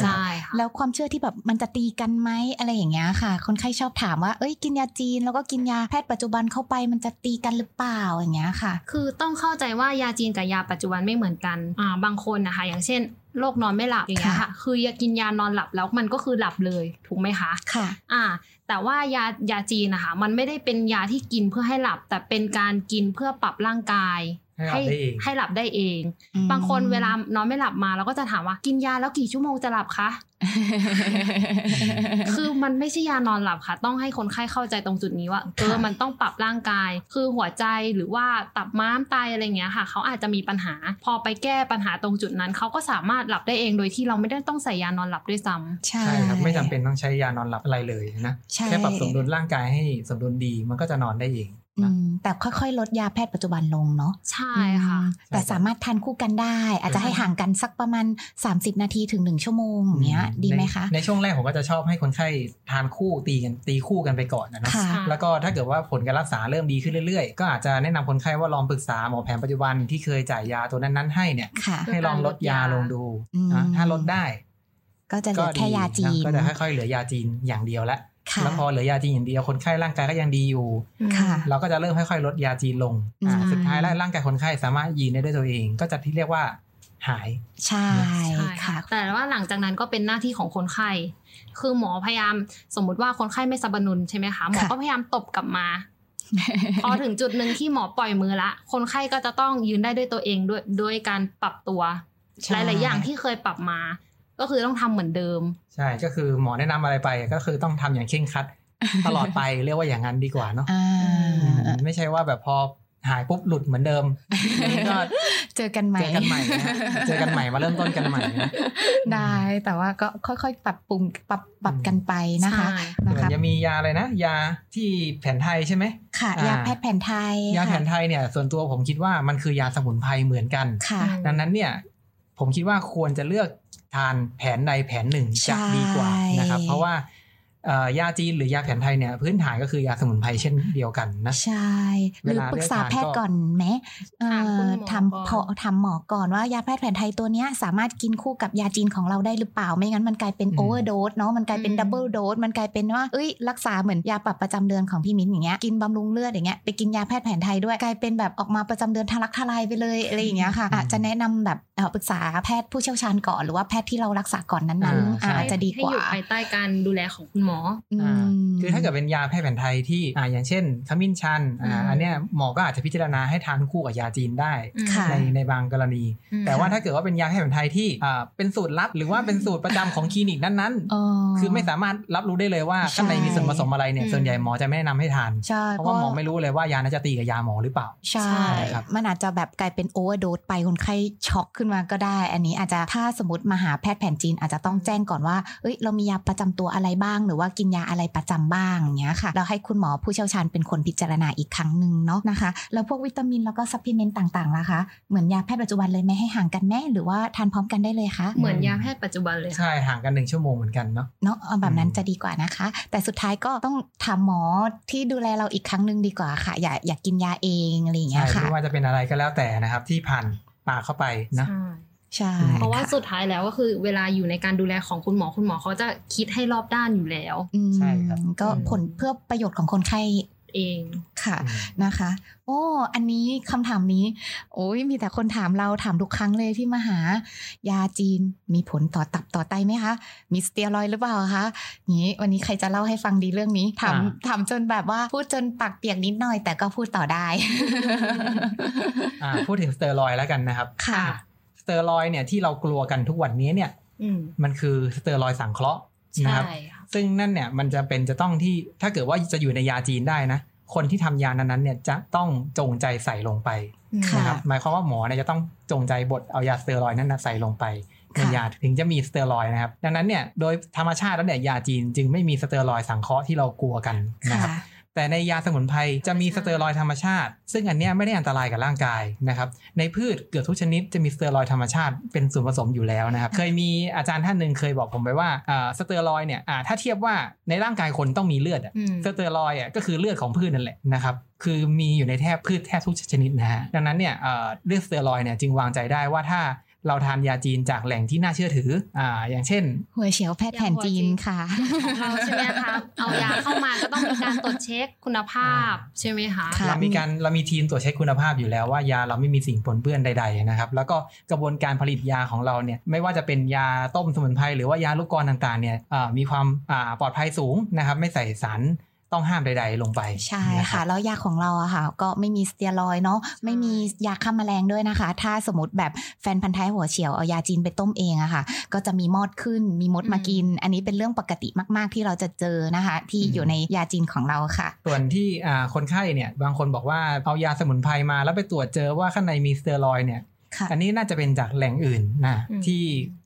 ใช่ครับ
ค่ะ
แล้วความเชื่อที่แบบมันจะตีกันไหมอะไรอย่างเงี้ยค่ะ คนไข้ชอบถามว่า เอ้ยกินยาจีนแล้วก็กินยาแพทย์ปัจจุบันเข้าไปมันจะตีกันหรือเปล่าอย่างเงี้ยค่ะ
คือต้องเข้าใจว่ายาจีนกับยาปัจจุบันไม่เหมือนกันอ่าบางคนนะคะ อย่างเช่นโรคนอนไม่หลับอย่างเงี้ยค่ะ คือยากินยานอนหลับแล้วมันก็คือหลับเลยถูกไหมคะ
ค่ะ
อ่าแต่ว่ายายาจีนนะคะมันไม่ได้เป็นยาที่กินเพื่อให้หลับ แต่เป็นการกินเพื่อปรับร่างกาย
ให้หลับได้เอง
ให้หลับได้เอง
อืม
บางคนเวลานอนไม่หลับมาเราก็จะถามว่ากินยาแล้วกี่ชั่วโมงจะหลับคะ คือมันไม่ใช่ยานอนหลับค่ะ ต้องให้คนไข้เข้าใจตรงจุดนี้ว่าเออมันต้องปรับร่างกาย คือหัวใจหรือว่าตับม้ามไตอะไรเงี้ยค่ะ เขาอาจจะมีปัญหา พอไปแก้ปัญหาตรงจุดนั้น เขาก็สามารถหลับได้เองโดยที่เราไม่ได้ต้องใส่ยานอนหลับด้วยซ้ำ
ใช่
ใช่ครับไม่จำเป็นต้องใช้ยานอนหลับอะไรเลยนะ
ใช่
แค่ปรับสมดุลร่างกายให้สมดุลดีมันก็จะนอนได้เอง
อื
นะ
มแต่ค่อยๆ ลดยาแพทย์ปัจจุบันลงเนาะ
ใช่ค่ะ
อืมแต่สามารถทานคู่กันได้ อาจจะให้ห่างกันสักประมาณ 30 นาทีถึง 1 ชั่วโมงอย่างเงี้ย
อื
ดีไหมคะ
ในในช่วงแรกผมก็จะชอบให้คนไข้ทานคู่ตีกันตีคู่กันไปก่อนนะนะ
ค่ะ
แล้วก็ถ้าเกิดว่าผลการรักษาเริ่มดีขึ้นเรื่อยๆ ก็อาจจะแนะนำคนไข้ว่าลองปรึกษาหมอแผนปัจจุบันที่เคยจ่ายยาตัวนั้นๆให้เนี่ย
ค่ะ
ให้ลองลดยาลงดู
อื
นะ
ม
ถ้าลดได้
ก็จะเหลือ
ดี
แค่ยาจีน
ะก็จะค่อยๆเหลือยาจีนอย่างเดียวละ
ค่ะ
แล้วพอเหลือยาจีนอย่างเดียวคนไข้ร่างกายก็ยังดีอยู่
ค่ะ
เราก็จะเริ่มค่อยๆลดยาจีนลงอ่า
ใช่
สุดท้ายแล้วร่างกายคนไข้สามารถยีนได้ด้วยตัวเอง ก็จะที่เรียกว่าหาย
ใช่
ใช่
ค่ะ
แต่ว่าหลังจากนั้นก็เป็นหน้าที่ของคนไข้ คือหมอพยายามสมมุติว่าคนไข้ไม่สะบันุนใช่ไหมคะหมอก็พยายามตบกลับมา พอถึงจุดหนึ่งที่หมอปล่อยมือละ คนไข้ก็จะต้องยืนได้ด้วยตัวเองด้วยด้วยการปรับตัว
ใช่
หลาย ๆ อย่างที่เคยปรับมา ก็คือต้องทำเหมือนเดิม
ใช่ก็คือหมอแนะนำอะไรไปก็คือต้องทำอย่างเคร่งครัด ตลอดไป <laughs> เรียกว่าอย่างนั้นดีกว่าเนาะ
อ่า
อืมไม่ใช่ว่าแบบพอหายปุ๊บหลุดเหมือนเดิมก็
<laughs> เจอกันใหม่
เจอกันใหม่นะเจอกันใหม่มาเริ่มต้นกันใหม่นะ
ได้แต่ว่าก็ค่อยๆ ปรับปรุงปรับปรับกันไปนะคะ
ใช่
<laughs> นะ
เหมือน
คะ
จะมียาอะไรนะ ยาที่แผนไทยใช่ไหม
ค่ะ
อ่าย
ยาแพทย์แผนไทย
ยาแผนไทยเนี่ยส่วนตัวผมคิดว่ามันคือยาสมุนไพรเหมือนกัน
ค่ะ
ดังนั้นเนี่ยผมคิดว่าควรจะเลือกทานแผนใดแผนหนึ่งจะ
ใช่
ดีกว่านะครับ เพราะว่าเอ่อยาจีนหรือยาแผนไทยเนี่ยพื้นฐานก็คือยาสมุนไพรเช่นเดียวกันนะ
ใช่ห
เว
รือ
ลา
ปรึกษาแพทย์ก่อนไหมเอ่
ถาม
อถามพอ
คุณหมอก่อน
ถามหมอก่อนว่ายาแพทย์แผนไทยตัวเนี้ยสามารถกินคู่กับยาจีนของเราได้หรือเปล่า ไม่งั้นมันกลายเป็น
อืม
โอเวอร์โดสเนาะมันกลายเป็น
อืม
ดับเบิลโดสมันกลายเป็นว่าเอ้ยรักษาเหมือนยาปรับประจำเดือนของพี่มิ้นอย่างเงี้ยกินบำรุงเลือดอย่างเงี้ยไปกินยาแพทย์แผนไทยด้วยกลายเป็นแบบออกมาประจำเดือนทะลักทลายไปเลยอะไรอย่างเงี้ยค่ะอาจจะแนะนำแบบเอ่อปรึกษาแพทย์ผู้เชี่ยวชาญก่อนหรือว่าแพทย์ที่เรารักษาก่อนนั้นๆ
อ่าใช่
อ่าอาจจะดีกว่า
ให้อยู่ภายใต้การดูแลของคุณหมอ
อืม
คือถ้าเกิดเป็นยาแพทย์แผนไทยที่อ่าอย่างเช่นขมิ้นชันอ่า
อืม
อันเนี้ยหมอก็อาจจะพิจารณาให้ทานคู่กับยาจีนได้
อืม
ค่ะ
ในในบางกรณี
อืม
แต่ว่าถ้าเกิดว่าเป็นยาแพทย์แผนไทยที่อ่าเป็นสูตรลับ หรือว่าเป็นสูตรประจำของคลินิกนั้น
เ
ๆ คือไม่สามารถรับรู้ได้เลยว่าข้างในมีส่วนผสมอะไรเนี่ยส่วนใหญ่หมอจะไม่แนะนำให้ทาน
ใช่
เพราะว่าหมอไม่รู้เลยว่ายานั้นจะตีกับยาหมอหรือเปล่า
ใช่
ครับ
มันอาจจะแบบกลายเป็นโอเวอร์โดสไปคนไข้ช็อกขึ้นมาก็ได้ อันนี้อาจจะถ้าสมมติมาหาแพทย์แผนจีนอาจจะต้องแจ้งก่อนว่าเอ้ยเรามียาประจำตัวอะไรบ้าง หรือว่ากินยาอะไรประจำบ้างอย่างเงี้ยค่ะ เราให้คุณหมอผู้เชี่ยวชาญเป็นคนพิจารณาอีกครั้งหนึ่งเนาะนะคะ แล้วพวกวิตามินแล้วก็ซัพพลีเมนต์ต่างๆล่ะคะ เหมือนยาแพทย์ปัจจุบันเลยไหมให้ห่างกันแม่หรือว่าทานพร้อมกันได้เลยคะ
เหมือนยาแพทย์ปัจจุบันเลยค่ะ
ใช่ห่างกันหนึ่งชั่วโมงเหมือนกันเนาะ
เนาะเอาแบบนั้นจะดีกว่านะคะ แต่สุดท้ายก็ต้องถามหมอที่ดูแลเราอีกครั้งหนึ่งดีกว่าค่ะ อย่าอย่ากินยาเองอะไรอย่างเงี้
ใช่
ยค่ะ
ไม่ว่าจะเป็นอะไรก็แล้วแต่นะครับ ที่ผ่านปากเข้าไปนะ
ใช่
ใช่
อืม
เพราะว่า
ค่
สุดท้ายแล้วก็คือเวลาอยู่ในการดูแลของคุณหมอคุณหมอเขาจะคิดให้รอบด้านอยู่แล้ว
อืม
ใช่ครับ
ก็
อืม
ผลเพื่อประโยชน์ของคนไข้
เอง
ค่ะ
อืม
นะคะ โอ้อันนี้คำถามนี้ โอ้ยมีแต่คนถามเราถามทุกครั้งเลยที่มาหา ยาจีนมีผลต่อตับต่อไตไหมคะ มีสเตียรอยด์หรือเปล่าคะนี้วันนี้ใครจะเล่าให้ฟังดีเรื่องนี้ถาม
อ่า
ถามจนแบบว่าพูดจนปากเปียกนิดหน่อย แต่ก็พูดต่อได้
อ่าพูดถึงสเตียรอยด์แล้วกัน <laughs> นะครับ
ค่ะ
สเตียรอยด์เนี่ยที่เรากลัวกันทุกวันนี้เนี่ย
อืม
มันคือสเตียรอยด์สังเคราะห์นะค
ใช่
รับ
ค่ะ
ซึ่งนั่นเนี่ยมันจะเป็นจะต้องที่ถ้าเกิดว่าจะอยู่ในยาจีนได้นะ คนที่ทำยานั้นๆเนี่ยจะต้องจงใจใส่ลงไป
อืม
ค่ะ
นะครับหมายความว่าหมอเนี่ยจะต้องจงใจบดเอายาสเตียรอยด์นั้นนะใส่ลงไปใน
ค่ะ
ยาถึงจะมีสเตียรอยด์นะครับดังนั้นเนี่ยโดยธรรมชาติแล้วเนี่ยยาจีนจึงไม่มีสเตียรอยด์สังเคราะห์ที่เรากลัวกันนะครับ
ค่ะ
แต่ในยาสมุนไพรจะมีสเตียรอยด์ธรรมชาติ ซึ่งอันเนี้ยไม่ได้อันตรายกับร่างกายนะครับ ในพืชเกือบทุกชนิดจะมีสเตียรอยด์ธรรมชาติเป็นส่วนผสมอยู่แล้วนะครับ เคยมีอาจารย์ท่านหนึ่งเคยบอกผมไปว่าอ่าสเตียรอยด์เนี่ยอ่าถ้าเทียบว่าในร่างกายคนต้องมีเลือดอะ
อืม
สเตียรอยด์อะก็คือเลือดของพืชนั่นแหละนะครับคือมีอยู่ในแทบพืชแทบทุกชนิดนะฮะดังนั้นเนี่ยเอ่อเรื่องสเตียรอยด์เนี่ยจึงวางใจได้ว่าถ้าเราทานยาจีนจากแหล่งที่น่าเชื่อถืออ่าอย่างเช่น
หัวเฉียวแพทย์แผนจีนค่ะ
ของเราใช่ไหมคะเอายาเข้ามาก็ต้องมีการตรวจเช็คคุณภาพใช่ไหมคะ
ค่ะ
เรามีการเรามีทีมตรวจเช็คคุณภาพอยู่แล้วว่ายาเราไม่มีสิ่งปนเปื้อนใดๆนะครับ แล้วก็กระบวนการผลิตยาของเราเนี่ยไม่ว่าจะเป็นยาต้มสมุนไพรหรือว่ายาลูกกรต่างๆเนี่ยเอ่อมีความอ่าปลอดภัยสูงนะครับ ไม่ใส่สาร ต้องห้ามใด ๆ ลงไป
ใช่
นรับ
ค่ะ แล้วยาของเราอะค่ะ ก็ไม่มีสเตียรอยด์เนาะไม่มียาฆ่าแมลงด้วยนะคะ ถ้าสมมติแบบแฟนพันธุ์แท้หัวเฉียวเอายาจีนไปต้มเองอะค่ะ ก็จะมีมอดขึ้นมีมดมากิน อันนี้เป็นเรื่องปกติมาก ๆ ที่เราจะเจอนะคะ ที่
อืม
อยู่ในยาจีนของเราค่ะ
ส่วนที่อ่าคนไข้เนี่ยบางคนบอกว่าเอายาสมุนไพรมาแล้วไปตรวจเจอว่าข้างในมีสเตียรอยด์เนี่ย
ค่ะ
อันนี้น่าจะเป็นจากแหล่งอื่นนะ
อืม
ที่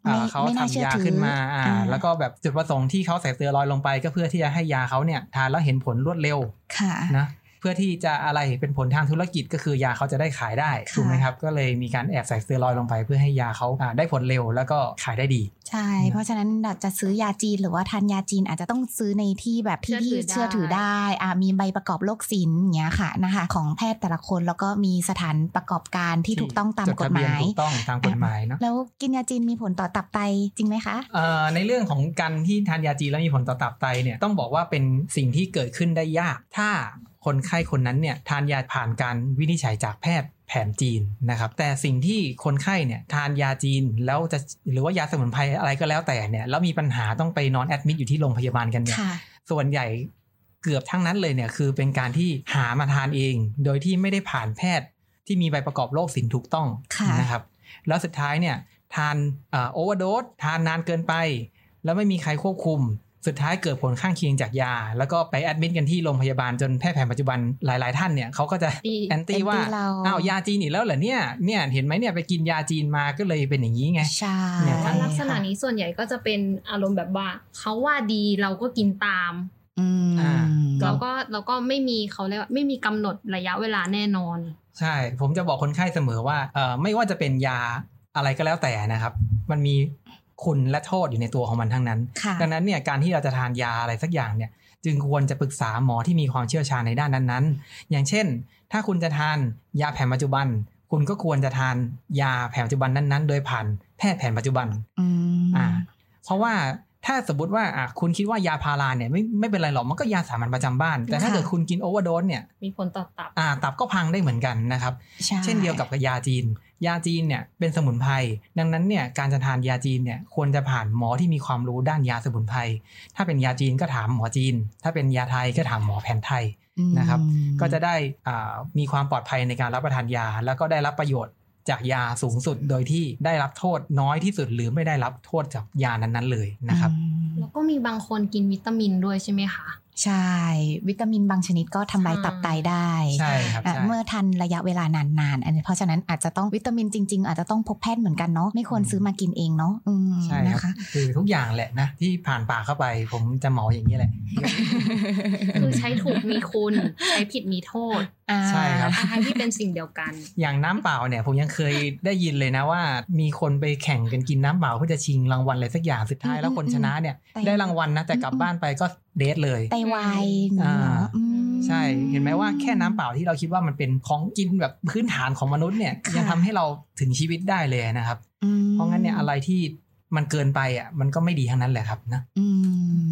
อ่า
ไม่
เขา
ไม่น่าเชื่อย
ทำา
ถือ
ขึ้นมาอ่า
อ่า
แล้วก็แบบจุดประสงค์ที่เขาใส่สเตียรอยด์ลงไป ก็เพื่อที่จะให้ยาเขาเนี่ยทานแล้วเห็นผลรวดเร็ว
ค่ะ
นะเพื่อที่จะอะไรเป็นผลทางธุรกิจก็คือยาเขาจะได้ขายได้
ค่ะ
ถูกไหมครับก็เลยมีการแอบใส่สเตียรอยด์ลงไป เพื่อให้ยาเขาอ่าได้ผลเร็วแล้วก็ขายได้ดี
ใช่ เพราะฉะนั้นเราจะซื้อยาจีนหรือว่าทานยาจีนอาจจะต้องซื้อในที่แบบที่ที่
เชื่
เชื่อ
อถื
ถื
อ
อ
ได้
ได้อ่ามีใบประกอบโรคศิลป์อย่างเงี้ยค่ะนะคะ ของแพทย์แต่ละคนแล้วก็มีสถานประกอบการที่ถูกต้องตาม
จด
กฎ
ทะ
ห
เบีน
มาย
ถูกต้องตามกฎหมายเนาะ
แล้วกินยาจีนมีผลต่อตับไตจริงไหมคะ
เอ่อในเรื่องของการที่ทานยาจีนแล้วมีผลต่อตับไตเนี่ยต้องบอกว่าเป็นสิ่งที่เกิดขึ้นได้ยาก ถ้าคนไข้คนนั้นเนี่ยทานยาผ่านการวินิจฉัยจากแพทย์แผนจีนนะครับแต่สิ่งที่คนไข้เนี่ยทานยาจีนแล้วจะหรือว่ายาสมุนไพรอะไรก็แล้วแต่เนี่ยแล้วมีปัญหาต้องไปนอนแอดมิดอยู่ที่โรงพยาบาลกันเนี่ย
ค่ะ
ส่วนใหญ่เกือบทั้งนั้นเลยเนี่ยคือเป็นการที่หามาทานเอง โดยที่ไม่ได้ผ่านแพทย์ที่มีใบประกอบโรคสินถูกต้อง
ค่ะ
นะครับ แล้วสุดท้ายเนี่ยทานโอเวอร์โดสทานนานเกินไป แล้วไม่มีใครควบคุม สุดท้ายเกิดผลข้างเคียงจากยา แล้วก็ไปแอดมิดกันที่โรงพยาบาลจนแพทย์แผนปัจจุบันหลาย ๆ ท่านเนี่ยเขาก็จะ
ดี
แอนตี้ว่า
anti เรา
อ้าวยาจีนอีกแล้วเหรอเนี่ยเนี่ยเห็นไหมเนี่ยไปกินยาจีนมาก็เลยเป็นอย่างนี้ไง
ใช่
เนี่
แต่
ย
ว่าลักษณะนี้ส่วนใหญ่ก็จะเป็นอารมณ์แบบว่าเขาว่าดีเราก็กินตาม
อืม
อ่า
เราก็เราก็ไม่มีเขาเรียกว่าไม่มีกำหนดระยะเวลาแน่นอน
ใช่ ผมจะบอกคนไข้เสมอว่าเอ่อไม่ว่าจะเป็นยาอะไรก็แล้วแต่นะครับ มันมีคุณและโทษอยู่ในตัวของมันทั้งนั้น
ค่ะ
ดังนั้นเนี่ยการที่เราจะทานยาอะไรสักอย่างเนี่ย จึงควรจะปรึกษาหมอที่มีความเชี่ยวชาญในด้านนั้นๆ อย่างเช่น ถ้าคุณจะทานยาแผนปัจจุบัน คุณก็ควรจะทานยาแผนปัจจุบันนั้นๆ โดยผ่านแพทย์แผนปัจจุบัน
อืม
อ่าเพราะว่าถ้าสมมติว่าอ่ะคุณคิดว่ายาพาราเนี่ยไม่ไม่เป็นไรหรอกมันก็ยาสามัญประจำบ้าน แต่ถ้า
ค่ะ
เกิดคุณกินโอเวอร์โดสเนี่ย
มีผลต่อตับ
อ่าตับก็พังได้เหมือนกันนะครับ
ใช่
เช่นเดียวกับยาจีน ยาจีนเนี่ยเป็นสมุนไพร ดังนั้นเนี่ยการจะทานยาจีนเนี่ยควรจะผ่านหมอที่มีความรู้ด้านยาสมุนไพร ถ้าเป็นยาจีนก็ถามหมอจีน ถ้าเป็นยาไทยก็ถามหมอแผนไทย
อืม
นะครับ ก็จะได้อ่ามีความปลอดภัยในการรับประทานยา แล้วก็ได้รับประโยชน์จากยาสูงสุด โดยที่ได้รับโทษน้อยที่สุด หรือไม่ได้รับโทษจากยานั้นๆเลยนะครับ
อืม
แล้วก็มีบางคนกินวิตามินด้วยใช่ไหมคะ
ใช่ วิตามินบางชนิดก็ทำลาย
ใช่
ตับไตได้
ใช่ครับ
อ่ะ
ใช่
เมื่อทันระยะเวลานานๆอันนี้เพราะฉะนั้นอาจจะต้องวิตามินจริง ๆ อาจจะต้องพบแพทย์เหมือนกันเนาะไม่ควร
อืม
ซื้อมากินเองเนาะอืม
ใช่
นะ
ครั
คะ
บคือทุกอย่างแหละนะที่ผ่านปากเข้าไป ผมจะหมออย่างนี้แหละ
คือใช้ถูกมี <laughs> คุณ ใช้ผิดมีโทษ
ใช่ครับ
ทั้งที่เป็นสิ่งเดียวกัน
อย่างน้ำเปล่าเนี่ยผมยังเคยได้ยินเลยนะว่า มีคนไปแข่งกันกินน้ำเปล่าเพื่อจะชิงรางวัลอะไรสักอย่างสุดท้ายแล้ว
อืม
คนชนะเนี่ย
แต่
ได้รางวัลนะแต่กลับบ้านไปก็เดทเลย
ไตวายอย่างนี้เนาะ
อ่า
อืม
ใช่ เห็นไหมว่าแค่น้ำเปล่าที่เราคิดว่ามันเป็นของกินแบบพื้นฐานของมนุษย์เนี่ย
ค่ะ
ยังทำให้เราถึงชีวิตได้เลยนะครับ
อืม
เพราะงั้นเนี่ยอะไรที่มันเกินไปอ่ะมันก็ไม่ดีทั้งนั้นแหละครับนะ
อื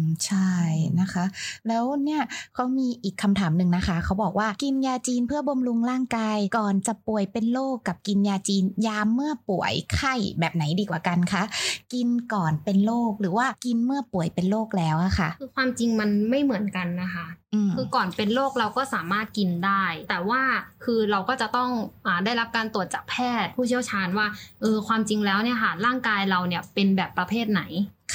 ม ใช่นะคะ แล้วเนี่ยเขามีอีกคำถามหนึ่งนะคะ เขาบอกว่ากินยาจีนเพื่อบำรุงร่างกาย ก่อนจะป่วยเป็นโรคกับกินยาจีน ยามเมื่อป่วยไข้แบบไหนดีกว่ากันคะกินก่อนเป็นโรคหรือว่ากินเมื่อป่วยเป็นโรคแล้วอะค่ะ
คือความจริงมันไม่เหมือนกันนะคะ
อืม
คือก่อนเป็นโรคเราก็สามารถกินได้ แต่ว่าคือเราก็จะต้องอาได้รับการตรวจจากแพทย์ ผู้เชี่ยวชาญว่าเออความจริงแล้วเนี่ยค่ะร่างกายเราเนี่ยเป็นแบบประเภทไหน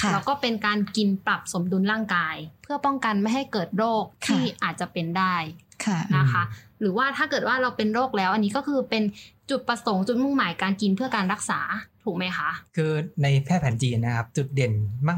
ค่ะ
แล้วก็เป็นการกินปรับสมดุลร่างกาย เพื่อป้องกันไม่ให้เกิดโรคที่
ค่ะ
อาจจะเป็นได้
ค่ะ
นะคะ
อื
หรือว่าถ้าเกิดว่าเราเป็นโรคแล้ว อันนี้ก็คือเป็นจุดประสงค์จุดมุ่งหมายการกินเพื่อการรักษาถูกไหมคะ
คือในแพทย์แผนจีนนะครับ จุดเด่น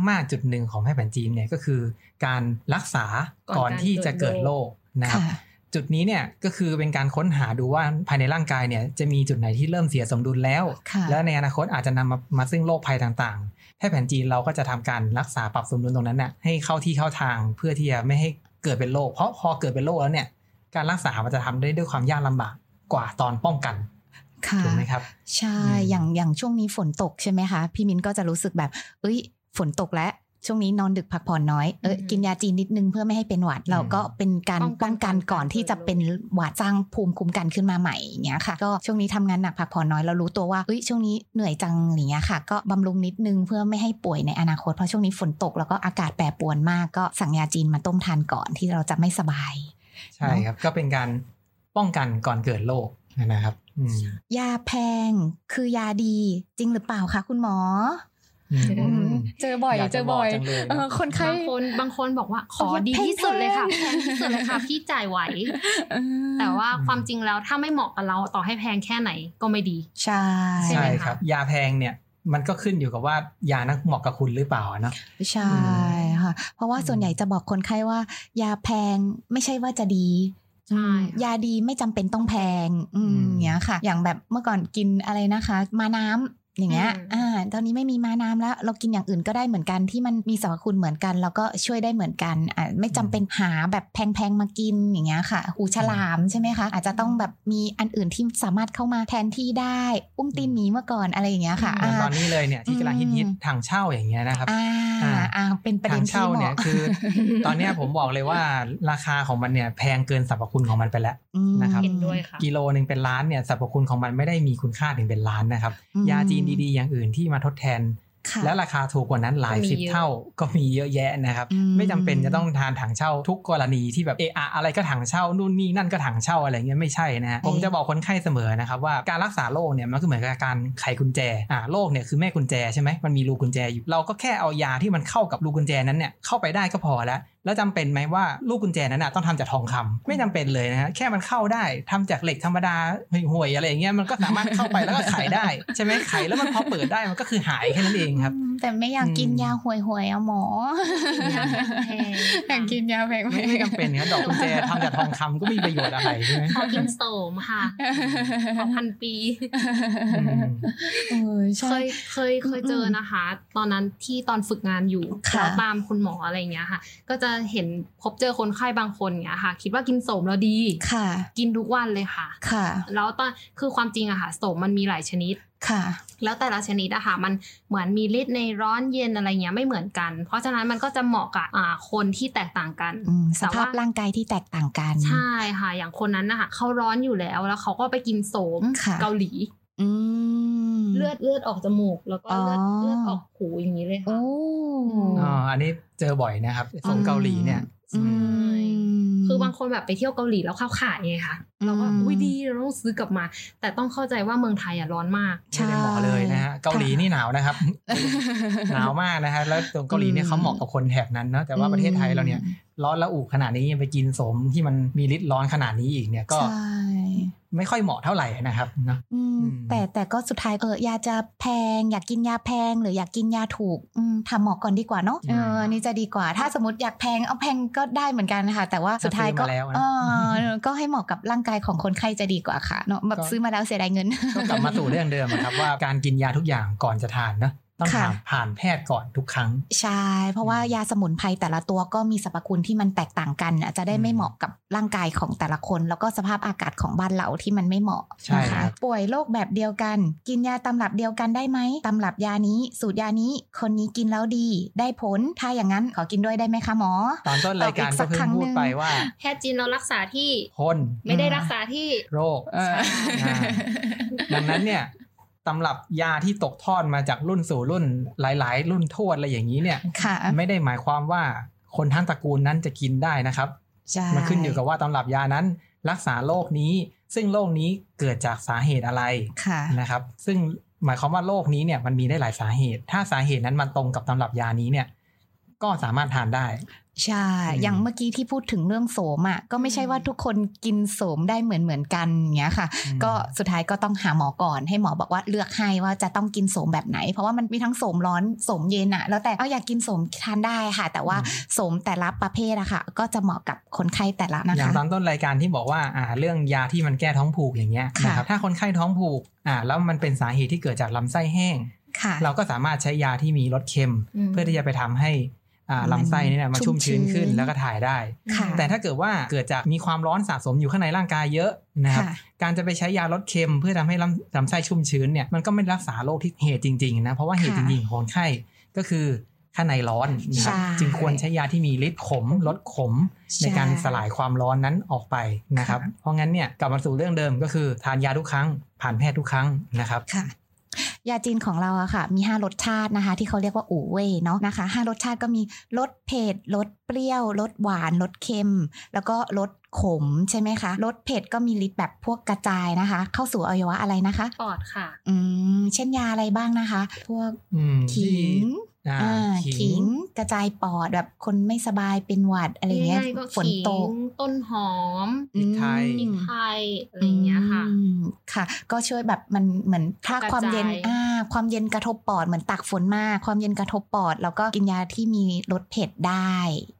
มาก ๆ จุดหนึ่งของแพทย์แผนจีนเนี่ยก็คือ การรักษา
ก่
ก่
อ
อน น
การ
ที่จะ
เกิ
เกิ
ด
ด
โร
โร
ค
คนะครับ
ค่ะ
จุดนี้เนี่ยก็คือเป็นการค้นหาดูว่าภายในร่างกายเนี่ยจะมีจุดไหนที่เริ่มเสียสมดุลแล้ว
ค่ะ
และในอนาคตอาจจะนำมามาซึ่งโรคภัยต่างๆแพทย์แผนจีนเราก็จะทำการรักษาปรับสมดุลตรงนั้นน่ะให้เข้าที่เข้าทางเพื่อที่จะไม่ให้เกิดเป็นโรคเพราะพอเกิดเป็นโรคแล้วเนี่ยการรักษามันจะทำได้ด้วยความยากลำบากกว่าตอนป้องกัน
ค่ะ
ถูกไหมครับ
ใช่
อืม
อย่างอย่างช่วงนี้ฝนตกใช่ไหมคะ พี่มินก็จะรู้สึกแบบ เอ้ย ฝนตกแล้ว ช่วงนี้นอนดึกพักผ่อนน้อยเอออ
ม
กินยาจีนนิดนึงเพื่อไม่ให้เป็นหวัด เราก็เป็นการ
ป้
ป้
องกัน
องกันก่อนที่จะเป็นหวัดสร้างภูมิคุ้มกันขึ้นมาใหม่อย่างเงี้ยค่ะก็ช่วงนี้ทำงานหนักพักผ่อนน้อยเรารู้ตัวว่าเอ้ยช่วงนี้เหนื่อยจังอย่างเงี้ยค่ะ ก็บำรุงนิดนึงเพื่อไม่ให้ป่วยในอนาคตเพราะช่วงนี้ฝนตกแล้วก็อากาศแปรปรวนมากก็สั่งยาจีนมาต้มทานก่อนที่เราจะไม่สบาย
ใช่ครับ ก็เป็นการป้องกันก่อนเกิดโรคนะครับอืม
ยาแพงคือยาดีจริงหรือเปล่าคะคุณหมอ
อืม
อืม
เจอบ่อย
าก
เจอบ่อย
จังเล
เออ
นะ
คนไข้
บางคนบางคนบอกว่าขอ
เอายา
ดีที่
แพงๆ
สุดเลยค่ะแพงที่สุดเลยค่ะ พี่จ่ายไหว แต่ว่า
อืม
ความจริงแล้วถ้าไม่เหมาะกับเราต่อให้แพงแค่ไหนก็ไม่ดี
ใช่
ใช่ไหม
ใช่
คะ
ครับ ยาแพงเนี่ยมันก็ขึ้นอยู่กับว่ายานั้นเหมาะกับคุณหรือเปล่าอะเนาะ
ใช่ค่ะ เพราะว่า
อืม
ส่วนใหญ่จะบอกคนไข้ว่า ยาแพงไม่ใช่ว่าจะดี
ใช่ค่ะ
ยาดีไม่จำเป็นต้องแพง อืมอย่างเงี้ยค่ะ อย่างแบบเมื่อก่อนกินอะไรนะคะ มาน้ำอย่างเงี้ย
อืม
อ่า ตอนนี้ไม่มีมาน้ำแล้ว เรากินอย่างอื่นก็ได้เหมือนกันที่มันมีสรรพคุณเหมือนกัน แล้วก็ช่วยได้เหมือนกันอ่าไม่จำเป็นหาแบบแพงๆมากินอย่างเงี้ยค่ะ หูฉลามใช่ไหมคะอาจจะต้องแบบมีอันอื่นที่สามารถเข้ามาแทนที่ได้อุ้งตีนหมีเมื่อก่อนอะไรอย่างเงี้ยค่ะ
เหมือนตอ
อ่า
นนี้เลยเนี่ยที่กำลังฮิตๆทางเช่าอย่างเงี้ยนะครับ
อ่า
อ่า
อ่าเป็นประเด็
ทาน ง
ที่
เช่า
เห
เนี่ย
มาะ <laughs>
คือ ตอนเนี้ยผมบอกเลยว่าราคาของมันเนี่ยแพงเกินสรรพคุณของมันไปแล้ว
ม
นะครับ
เห็นด้วยค่ะ
กิโลหนึ่งเป็นล้านเนี่ยสรรพคุณของมันไม่ได้มีคุณค่าถึงเป็นล้านนะครับ
อืม
ยาจีนดีๆ อย่างอื่นที่มาทดแทน
ค่ะ
และราคาถูกกว่านั้นหลาย
ก็มี
สิบ
เยอะ
เท่าก็มีเยอะแยะนะครับ
อืม
ไม่จำเป็นจะต้องทานถังเช่าทุกกรณีที่แบบเอะอะอะไรก็ถังเช่านู่นนี่นั่นก็ถังเช่าอะไรเงี้ยไม่ใช่นะฮะผมจะบอกคนไข้เสมอนะครับว่าการรักษาโรคเนี่ยมันก็เหมือนกับการไขกุญแจอ่าโรคเนี่ยคือแม่กุญแจใช่ไหมมันมีรูกุญแจอยู่เราก็แค่เอายาที่มันเข้ากับรูกุญแจนั้นเนี่ยเข้าไปได้ก็พอแล้ว แล้วจำเป็นไหมว่าลูกกุญแจนั้นนะต้องทำจากทองคำไม่จำเป็นเลยนะฮะแค่มันเข้าได้ทำจากเหล็กธรรมดาห่วยๆอะไรอย่างเงี้ยมันก็สามารถเข้าไปแล้วก็ไขได้ใช่ไหมไขแล้วมันพอเปิดได้มันก็คือหายแค่นั้นเองครับ
อืมแต่ไม่อยากกิน
อืม
ยาห่วยหวยๆอะหมอ
แพง
อยากกินยาแพง
ไม่ไม่จำเป็นนะดอกกุญแจทำจากทองคำก็มีประโยชน์อะไรใช่ไหม
ขอกินโสมค่ะขอพันปี
อืม
<laughs>
เออใช่
เคยเคยเคยเจอ
มๆ
นะคะ ตอนนั้นที่ตอนฝึกงานอยู่
ค่ะ
เราตามคุณหมออะไรอย่างเงี้ยค่ะ ก็จะเห็นพบเจอคนไข้บางคนอย่างเงี้ยค่ะ คิดว่ากินโสมแล้วดี
ค่ะ
กินทุกวันเลยค่ะ
ค่ะ
แล้วตอนคือความจริงอะค่ะโสมมันมีหลายชนิด
ค่ะ
แล้วแต่ละชนิดอะค่ะมันเหมือนมีฤทธิ์ในร้อนเย็นอะไรเงี้ยไม่เหมือนกัน เพราะฉะนั้นมันก็จะเหมาะกับอ่าคนที่แตกต่างกัน
อืมส
แต่ว่า
ภาพร่างกายที่แตกต่างกัน
ใช่ค่ะ อย่างคนนั้นนะคะเขาร้อนอยู่แล้วแล้วเขาก็ไปกินโสม
ค่ะ
เกาหลี
อืม
เลือดเลือดออกจมูก แล้วก็เลือด
อ๋อ
เลือดออกหูอย่างนี้เลยค่ะ
โอ้
ม
อาอันนี้เจอบ่อยนะครับสมเกาหลีเนี่ย
อืม
คือบางคนแบบไปเที่ยวเกาหลีแล้วเข้าวขาดไงคะเราก็
อืม
อุ้ยดีเราต้องซื้อกลับมา แต่ต้องเข้าใจว่าเมืองไทยอะร้อนมาก
ใช่
ไม่ได้เหมาะเลยนะฮะเกาหลีนี่หนาวนะครับ หนาวมากนะฮะแล้วตรงเกาหลีเนี่ย
อืม
เขาเหมาะกับคนแถบนั้นเนอะแต่ว่าประเทศไทยเราเนี่ยร้อนละอุขนาดนี้ยังไปกินสมที่มันมีฤทธิ์ร้อนขนาดนี้อีกเนี่ยก็
ใช่
ไม่ค่อยเหมาะเท่าไหร่นะครับเนอะ
อืม
อืม
แต่แต่ก็สุดท้ายเออยาจะแพง อยากกินยาแพงหรืออยากกินยาถูกอืมทำหมอก่อนดีกว่าเนาะ เออ นี่จะดีกว่า ถ้าสมมติอยากแพง เอาแพงก็ได้เหมือนกันค่ะ แต่ว่าสุดท้ายก็
ถ้าซื้อมาแล้วนะ
เออก็ให้เหมาะกับร่างกายของคนไข้จะดีกว่าค่ะ เนาะ แบบ
ก็
ซื้อมาแล้วเสียดายเงิน
ก็กลับมาสู่เรื่องเดิม <laughs> นะครับว่าการกินยาทุกอย่างก่อนจะทานเนอะต้อง
ค่ะ
ผ่านผ่านแพทย์ก่อนทุกครั้ง
ใช่ เพราะว่ายาสมุนไพรแต่ละตัวก็มีสรรพคุณที่มันแตกต่างกันอาจจะได้ไม่เหมาะกับร่างกายของแต่ละคน แล้วก็สภาพอากาศของบ้านเราที่มันไม่เหมาะ
ใช่
นะ
ครั
คะ
บ
ป่วยโรคแบบเดียวกัน กินยาตำรับเดียวกันได้ไหมตำรับยานี้ สูตรยานี้ คนนี้กินแล้วดี ได้ผล ถ้าอย่างนั้นขอกินด้วยได้ไหมคะหมอ
ตอนต้นรายการก็เพิ่งพูดไปว่า
แพทย์จีนเรารักษาที่
คน
ไม่ได้รักษาที่
โรค
เออ
อ่าดังนั้นเนี่ยตำรับยาที่ตกทอดมาจากรุ่นสู่รุ่นหลาย ๆ รุ่นทวดอะไรอย่างนี้เนี่ย
ค่ะ
ไม่ได้หมายความว่าคนทั้งตระกูลนั้นจะกินได้นะครับ
ใช่
มันขึ้นอยู่กับว่าตำรับยานั้นรักษาโรคนี้ ซึ่งโรคนี้เกิดจากสาเหตุอะไร
ค่ะ
นะครับ ซึ่งหมายความว่าโรคนี้เนี่ยมันมีได้หลายสาเหตุ ถ้าสาเหตุนั้นมันตรงกับตำรับยานี้เนี่ย ก็สามารถทานได้
ใช่
อืม
อย่างเมื่อกี้ที่พูดถึงเรื่องโสมอ่ะ ก็ไม่ใช่ว่าทุกคนกินโสมได้เหมือนเหมือนๆกันอย่างเงี้ยค่ะ ก็สุดท้ายก็ต้องหาหมอก่อน ให้หมอบอกว่าเลือกให้ว่าจะต้องกินโสมแบบไหน เพราะว่ามันมีทั้งโสมร้อนโสมเย็นอะแล้วแต่เอาอยากกินโสมทานได้ค่ะ แต่ว่า
อืม
โสมแต่ละประเภทอะค่ะ ก็จะเหมาะกับคนไข้แต่ละนะ
อย่า
คะ
งตอนต้นรายการที่บอกว่าอ่าเรื่องยาที่มันแก้ท้องผูกอย่างเงี้ย
ค่ะ
นะครับถ้าคนไข้ท้องผูกอ่าแล้วมันเป็นสาเหตุที่เกิดจากลำไส้แห้ง
ค่ะ
เราก็สามารถใช้ยาที่มีรสเค็ม
อืม
เพื่อที่จะไปทำให้อ่า
มัน
ลำไส้เนี่ยนะมัน
ชุ่
ชุ่
ม
ม
ชื้
ชื้
น
นขึ้นแล้วก็ถ่ายได้
ค่ะ
แต่ถ้าเกิดว่าเกิดจากมีความร้อนสะสมอยู่ข้างในร่างกายเยอะนะครับ
ค่ะ
การจะไปใช้ยาลดเค็มเพื่อทำให้ลำลำไส้ชุ่มชื้นเนี่ยมันก็ไม่รักษาโรคที่เหตุจริงๆนะเพราะว่าเหตุจ
ค่ะ
ริงๆของคนไข้ก็คือ ข้างในร้อนนะครับ
ใช่
จึงควรใช้ยาที่มีฤทธิ์ขมลดขม
ใช่
ในการสลายความร้อนนั้นออกไปนะครับ เพราะงั้นเนี่ยกลับมาสู่เรื่องเดิมก็คือทานยาทุกครั้ง ผ่านแพทย์ทุกครั้งนะครับ
ค่ะ ยาจีนของเราอะค่ะ มี 5รสชาตินะคะ ที่เขาเรียกว่าอู่เว่ยเนาะนะคะห้ารสชาติก็มีรสเผ็ดรสเปรี้ยวรสหวานรสเค็ม แล้วก็รสขมใช่ไหมคะรสเผ็ดก็มีฤทธิ์แบบพวกกระจายนะคะ เข้าสู่อวัยวะอะไรนะคะ
ปอดค่ะ
อืมเช่นยาอะไรบ้างนะคะ พวก
อืม
ขิ
ที่
ง
อ่า
อ่า
ขิ
ขิ
ง
งกระจายปอดแบบคนไม่สบายเป็นหวัดอะไรเงี้ย
ง่ายๆก็
ฝน
ขิ
ตก
งต้นหอม
พริกไทย
อืม
ไทยอะไรอย่างเงี้ยค่ะ
อืมค่ะ ก็ช่วยแบบมันเหมือนถ้า
กระ
ความ
จาย
เย็นอ่าความเย็นกระทบปอดเหมือนตักฝนมากความเย็นกระทบปอด แล้วก็กินยาที่มีรสเผ็ดได้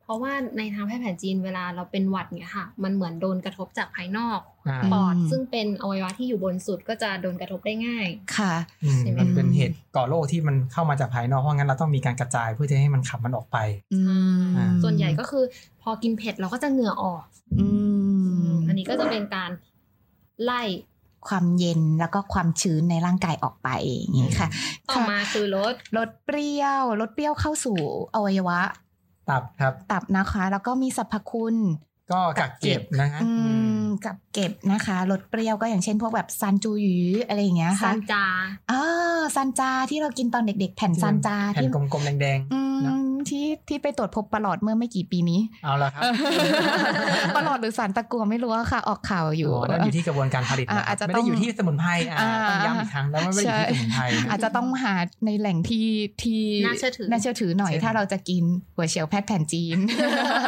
เพราะว่าในทางแพทย์แผนจีนเวลาเราเป็นหวัดเนี่ยค่ะ มันเหมือนโดนกระทบจากภายนอก
อ่า
ปอด
อืม
ซึ่งเป็นอวัยวะที่อยู่บนสุดก็จะโดนกระทบได้ง่าย
ค่ะ
อืม
ใช่ไหม
มันเป็นเหตุก่อโรคที่มันเข้ามาจากภายนอกเพราะงั้นเราต้องมีการกระจายเพื่อที่ให้มันขับมันออกไป
อืม
อ่า
ส่วนใหญ่ก็คือพอกินเผ็ดเราก็จะเหงื่อออก
อืม
อันนี้ก็จะเป็นการไล่
ความเย็นแล้วก็ความชื้นในร่างกายออกไปอย่างนี้ค่ะ
ต่อมาคือลด
รสเปรี้ยวรสเปรี้ยวเข้าสู่อวัยวะ
ตับครับ
ตับนะคะ แล้วก็มีสรรพคุณ
ก็กักเก็บนะฮะ
อื
อื
ม
ม
กับเก็บนะคะรสเปรี้ยวก็อย่างเช่น พวกแบบซันจูหยูอะไรอย่างเงี้ย
ซั
ค่ะ
นจา
อ่าซันจาที่เรากินตอนเด็ก ๆ แผ่น
ที่
ซั
มัน น
จา
แผ่น
ที่
กลมๆแดง
อืมที่ที่ไปตรวจพบประหลอดเมื่อไม่กี่ปีนี้
ๆ เอาละครับ
ประหลอดหรือสารตะกัวไม่รู้อะค่ะ ออกข่าวอยู่
อ๋อนั่นอยู่ที่กระบวนการผลิตนะ
อ่าอาจจะ
ไม่
ต้อ
ได้
ง
อยู่ที่สมุนไพรอ่า
อ่า
ต้องย้ำอีกครั้งแล้วมันไม่ได้อยู่ที่
ใช่
สมุนไพร
<laughs>
นะ
อาจจะต้องหาในแหล่งที่ที่
น่าเชื่อถือ
น่าเชื่อถือหน่อย
เช่น
ถ้าเราจะกินหัวเฉียวแพทย์แผนจีน <laughs>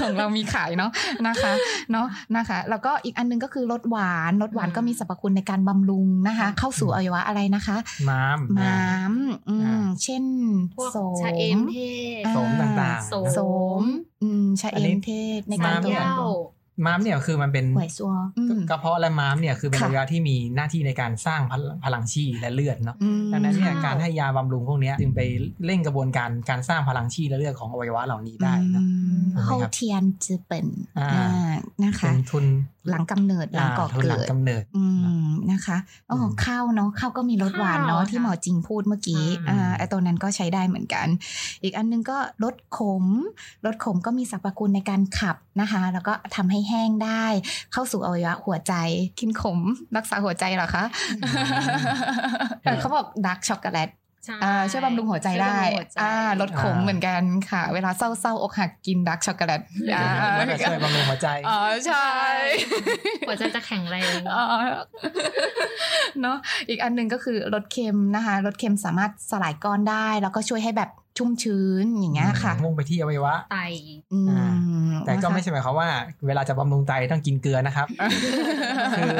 ของเรามีขายเนาะนะคะเนาะนะคะ แล้วก็อีกอันหนึงก็คือรสหวานรสหวานก็มีสรรพคุณในการบำรุงนะคะ เข้าสู่อวัยวะอะไรนะคะ
ม้ามอ่า
ม้ามอืม
อ่า
เช่น
พวก
โสม
ชาเอมเทศ
โสมต่าง
โส
ๆนะ
โสมอืมชา
อัน
เอ็
นี้
มเทศใน
สา
การ
ม
ตรวจ
เหย้า
ม้ามเนี่ยคือมันเป็น
หวยซัวอืม
กระเพาะและม้ามเนี่ยคือเป็น
ค่ะ
อวัยวะที่มีหน้าที่ในการสร้างพลังพลังชีและเลือดเนาะ
อืม
ดังนั้นเนี่ย
ค่ะ
การให้ยาบำรุงพวกเนี้ยจึงไปเร่งกระบวนการการสร้างพลังชีและเลือดของอวัยวะเหล่านี้ได้เนอะ
อืม
ถูกไหมครับ
เข้าเทียนจือเป็น
อ่า
อ่านะ
เป็
คะ
นทุน
หลังกำเนิดหลังก่อ
ทุนหลั
เกิด
งกำเนิด
อืมนะคะอ๋อ
อืม
ข้าวเนาะข้าวก็มีรสหวานเนาะ
ข้าว
ที่หมอจริงพูดเมื่อกี้
อ่า
อ่าไอตัวนั้นก็ใช้ได้เหมือนกัน อีกอันนึงก็รสขมรสขมก็มีสรรพคุณในการขับนะคะ แล้วก็ทำให้แห้งได้ เข้าสู่อวัยวะหัวใจกินขมรักษาหัวใจเหร <laughs> อคะ
อืม
เขาบอกดาร์กช็อกโกแลต
ใช่
อ่าช่วยบำรุงหัวใจได้อ่าลดขมเหมือนกันค่ะ เวลาเศร้าๆอกหักกินดาร์กช็อกโกแลตอ่า
มันจะช่วยบำรุงหัวใจ
อ๋อใช่
หัวใจจะแข็งแรง
อ๋อเนาะอีกอันหนึ่งก็คือรสเค็มนะคะรสเค็มสามารถสลายก้อนได้ แล้วก็ช่วยให้แบบชุ่มชื้นอย่างเงี้ยค่ะ
มุ่งไปที่อวัยวะ
ไต
อืม
อ่า แต่ก็ไม่
นะคะ <laughs>
ใช่หมายความว่า เวลาจะบำรุงไตต้องกินเกลือนะครับ คือ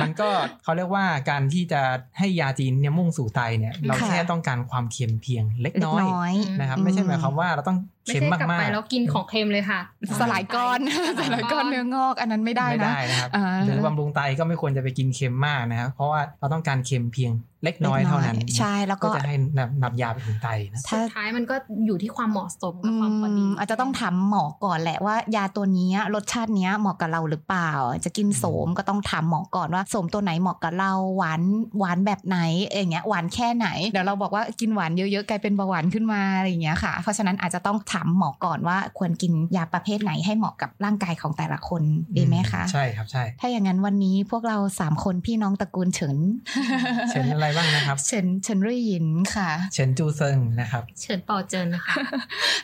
มันก็เขาเรียกว่าการที่จะให้ยาจีนเนี่ยมุ่งสู่ไตเนี่ยเราแค่ต้องการความเค็มเพียงเล็ก
เล็ก
น้อย
น้อย
อืม
นะครับ
อืม
ไม่ใช่หมายความว่าเราต้อง
ไม่
เค็ม
ใช่
มาก
กลับ
ๆ
ไปแล้วกินของเค็มเลยค่ะ
สลายก้อน <laughs> สลายก้อนเนื้องอกอันนั้นไม่ได้
ไม่
นะ
ได้นะครับ
อ่า
หรือบำรุงไตก็ไม่ควรจะไปกินเค็มมากนะครับเพราะว่าเราต้องการเค็มเพียงเล็กน้อยเท่านั้น
ใช่แล้ว
ก็
ก็
จะให้นำนำยาไปถึงไตนะ
ถ้า
สุดท้ายมันก็อยู่ที่ความเหมาะสม
อ
กับความพอดี
มอาจจะต้องถามหมอก่อนแหละว่ายาตัวเนี้ยรสชาติเนี้ยเหมาะกับเราหรือเปล่า จะกินโสมก็ต้องถามหมอก่อนว่าโสมตัวไหนเหมาะกับเราหวานหวานแบบไหนเอย่างเงี้ยหวานแค่ไหนเดี๋ยวเราบอกว่ากินหวานเยอะๆกลายเป็นเบาหวานขึ้นมาอะไรอย่างเงี้ยค่ะ เพราะฉะนั้นอาจจะต้องถามหมอก่อนว่าควรกินยาประเภทไหนให้เหมาะกับร่างกายของแต่ละคนดีไหมคะ
ใช่ครับใช่
ถ้าอย่างนั้นวันนี้พวกเราสามคนพี่น้องตระกูลเฉิน
เช่นอะไรบ้าง
<laughs>
นะครับ
เฉินเฉินรุ่ยหยินค่ะ
เชนจูเซิงนะครับ
เฉินเป่าเจินนะคะ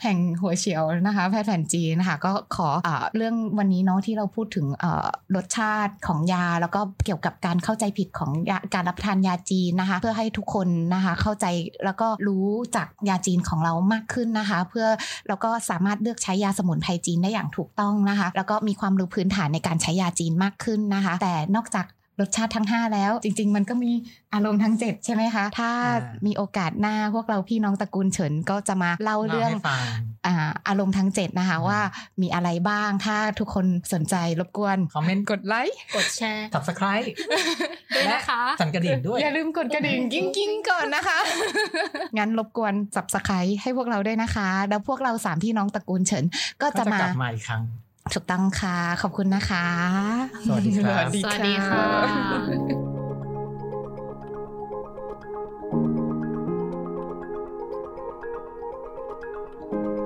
แห่งหัวเฉียวนะคะ แพทย์แผนจีนนะคะก็ขอเออเรื่องวันนี้เนาะที่เราพูดถึงเอ่อรสชาติของยา แล้วก็เกี่ยวกับการเข้าใจผิดของยาการรับประทานยาจีนนะคะ เพื่อให้ทุกคนนะคะเข้าใจแล้วก็รู้จากยาจีนของเรามากขึ้นนะคะ เพื่อแล้วก็สามารถเลือกใช้ยาสมุนไพรจีนได้อย่างถูกต้องนะคะ แล้วก็มีความรู้พื้นฐานในการใช้ยาจีนมากขึ้นนะคะ แต่นอกจากรสชาติทั้งห้าแล้วจริง ๆ มันก็มีอารมณ์ทั้งเจ็ดใช่ไหมคะถ้า
อ่า
มีโอกาสหน้าพวกเราพี่น้องตระกูลเฉินก็จะมาเล่าเรื่อง
ให้ฟัง
อ่าอารมณ์ทั้งเจ็ดนะคะ
อืม
ว่ามีอะไรบ้างถ้าทุกคนสนใจรบกวน
คอมเมนต์
กดไลค์
กดแชร์
สับสไครต์
ด้วยนะคะ
สั่นกระดิ่งด้วย
อย่าลืมกดกระดิ่งกิ้งกิ้งๆก่อนนะคะ
<laughs>
งั้นรบกวนสับสไครให้พวกเราด้วยนะคะ แล้วพวกเราสามพี่น้องตระกูลเฉินก็
ก็
จะ
จะ
มาก
ลับมาอีกครั้ง
ถูกต้องค่ะ ขอบคุณนะคะ
สวัสดีครับ
สวัสดีค่ะ
Thank
บ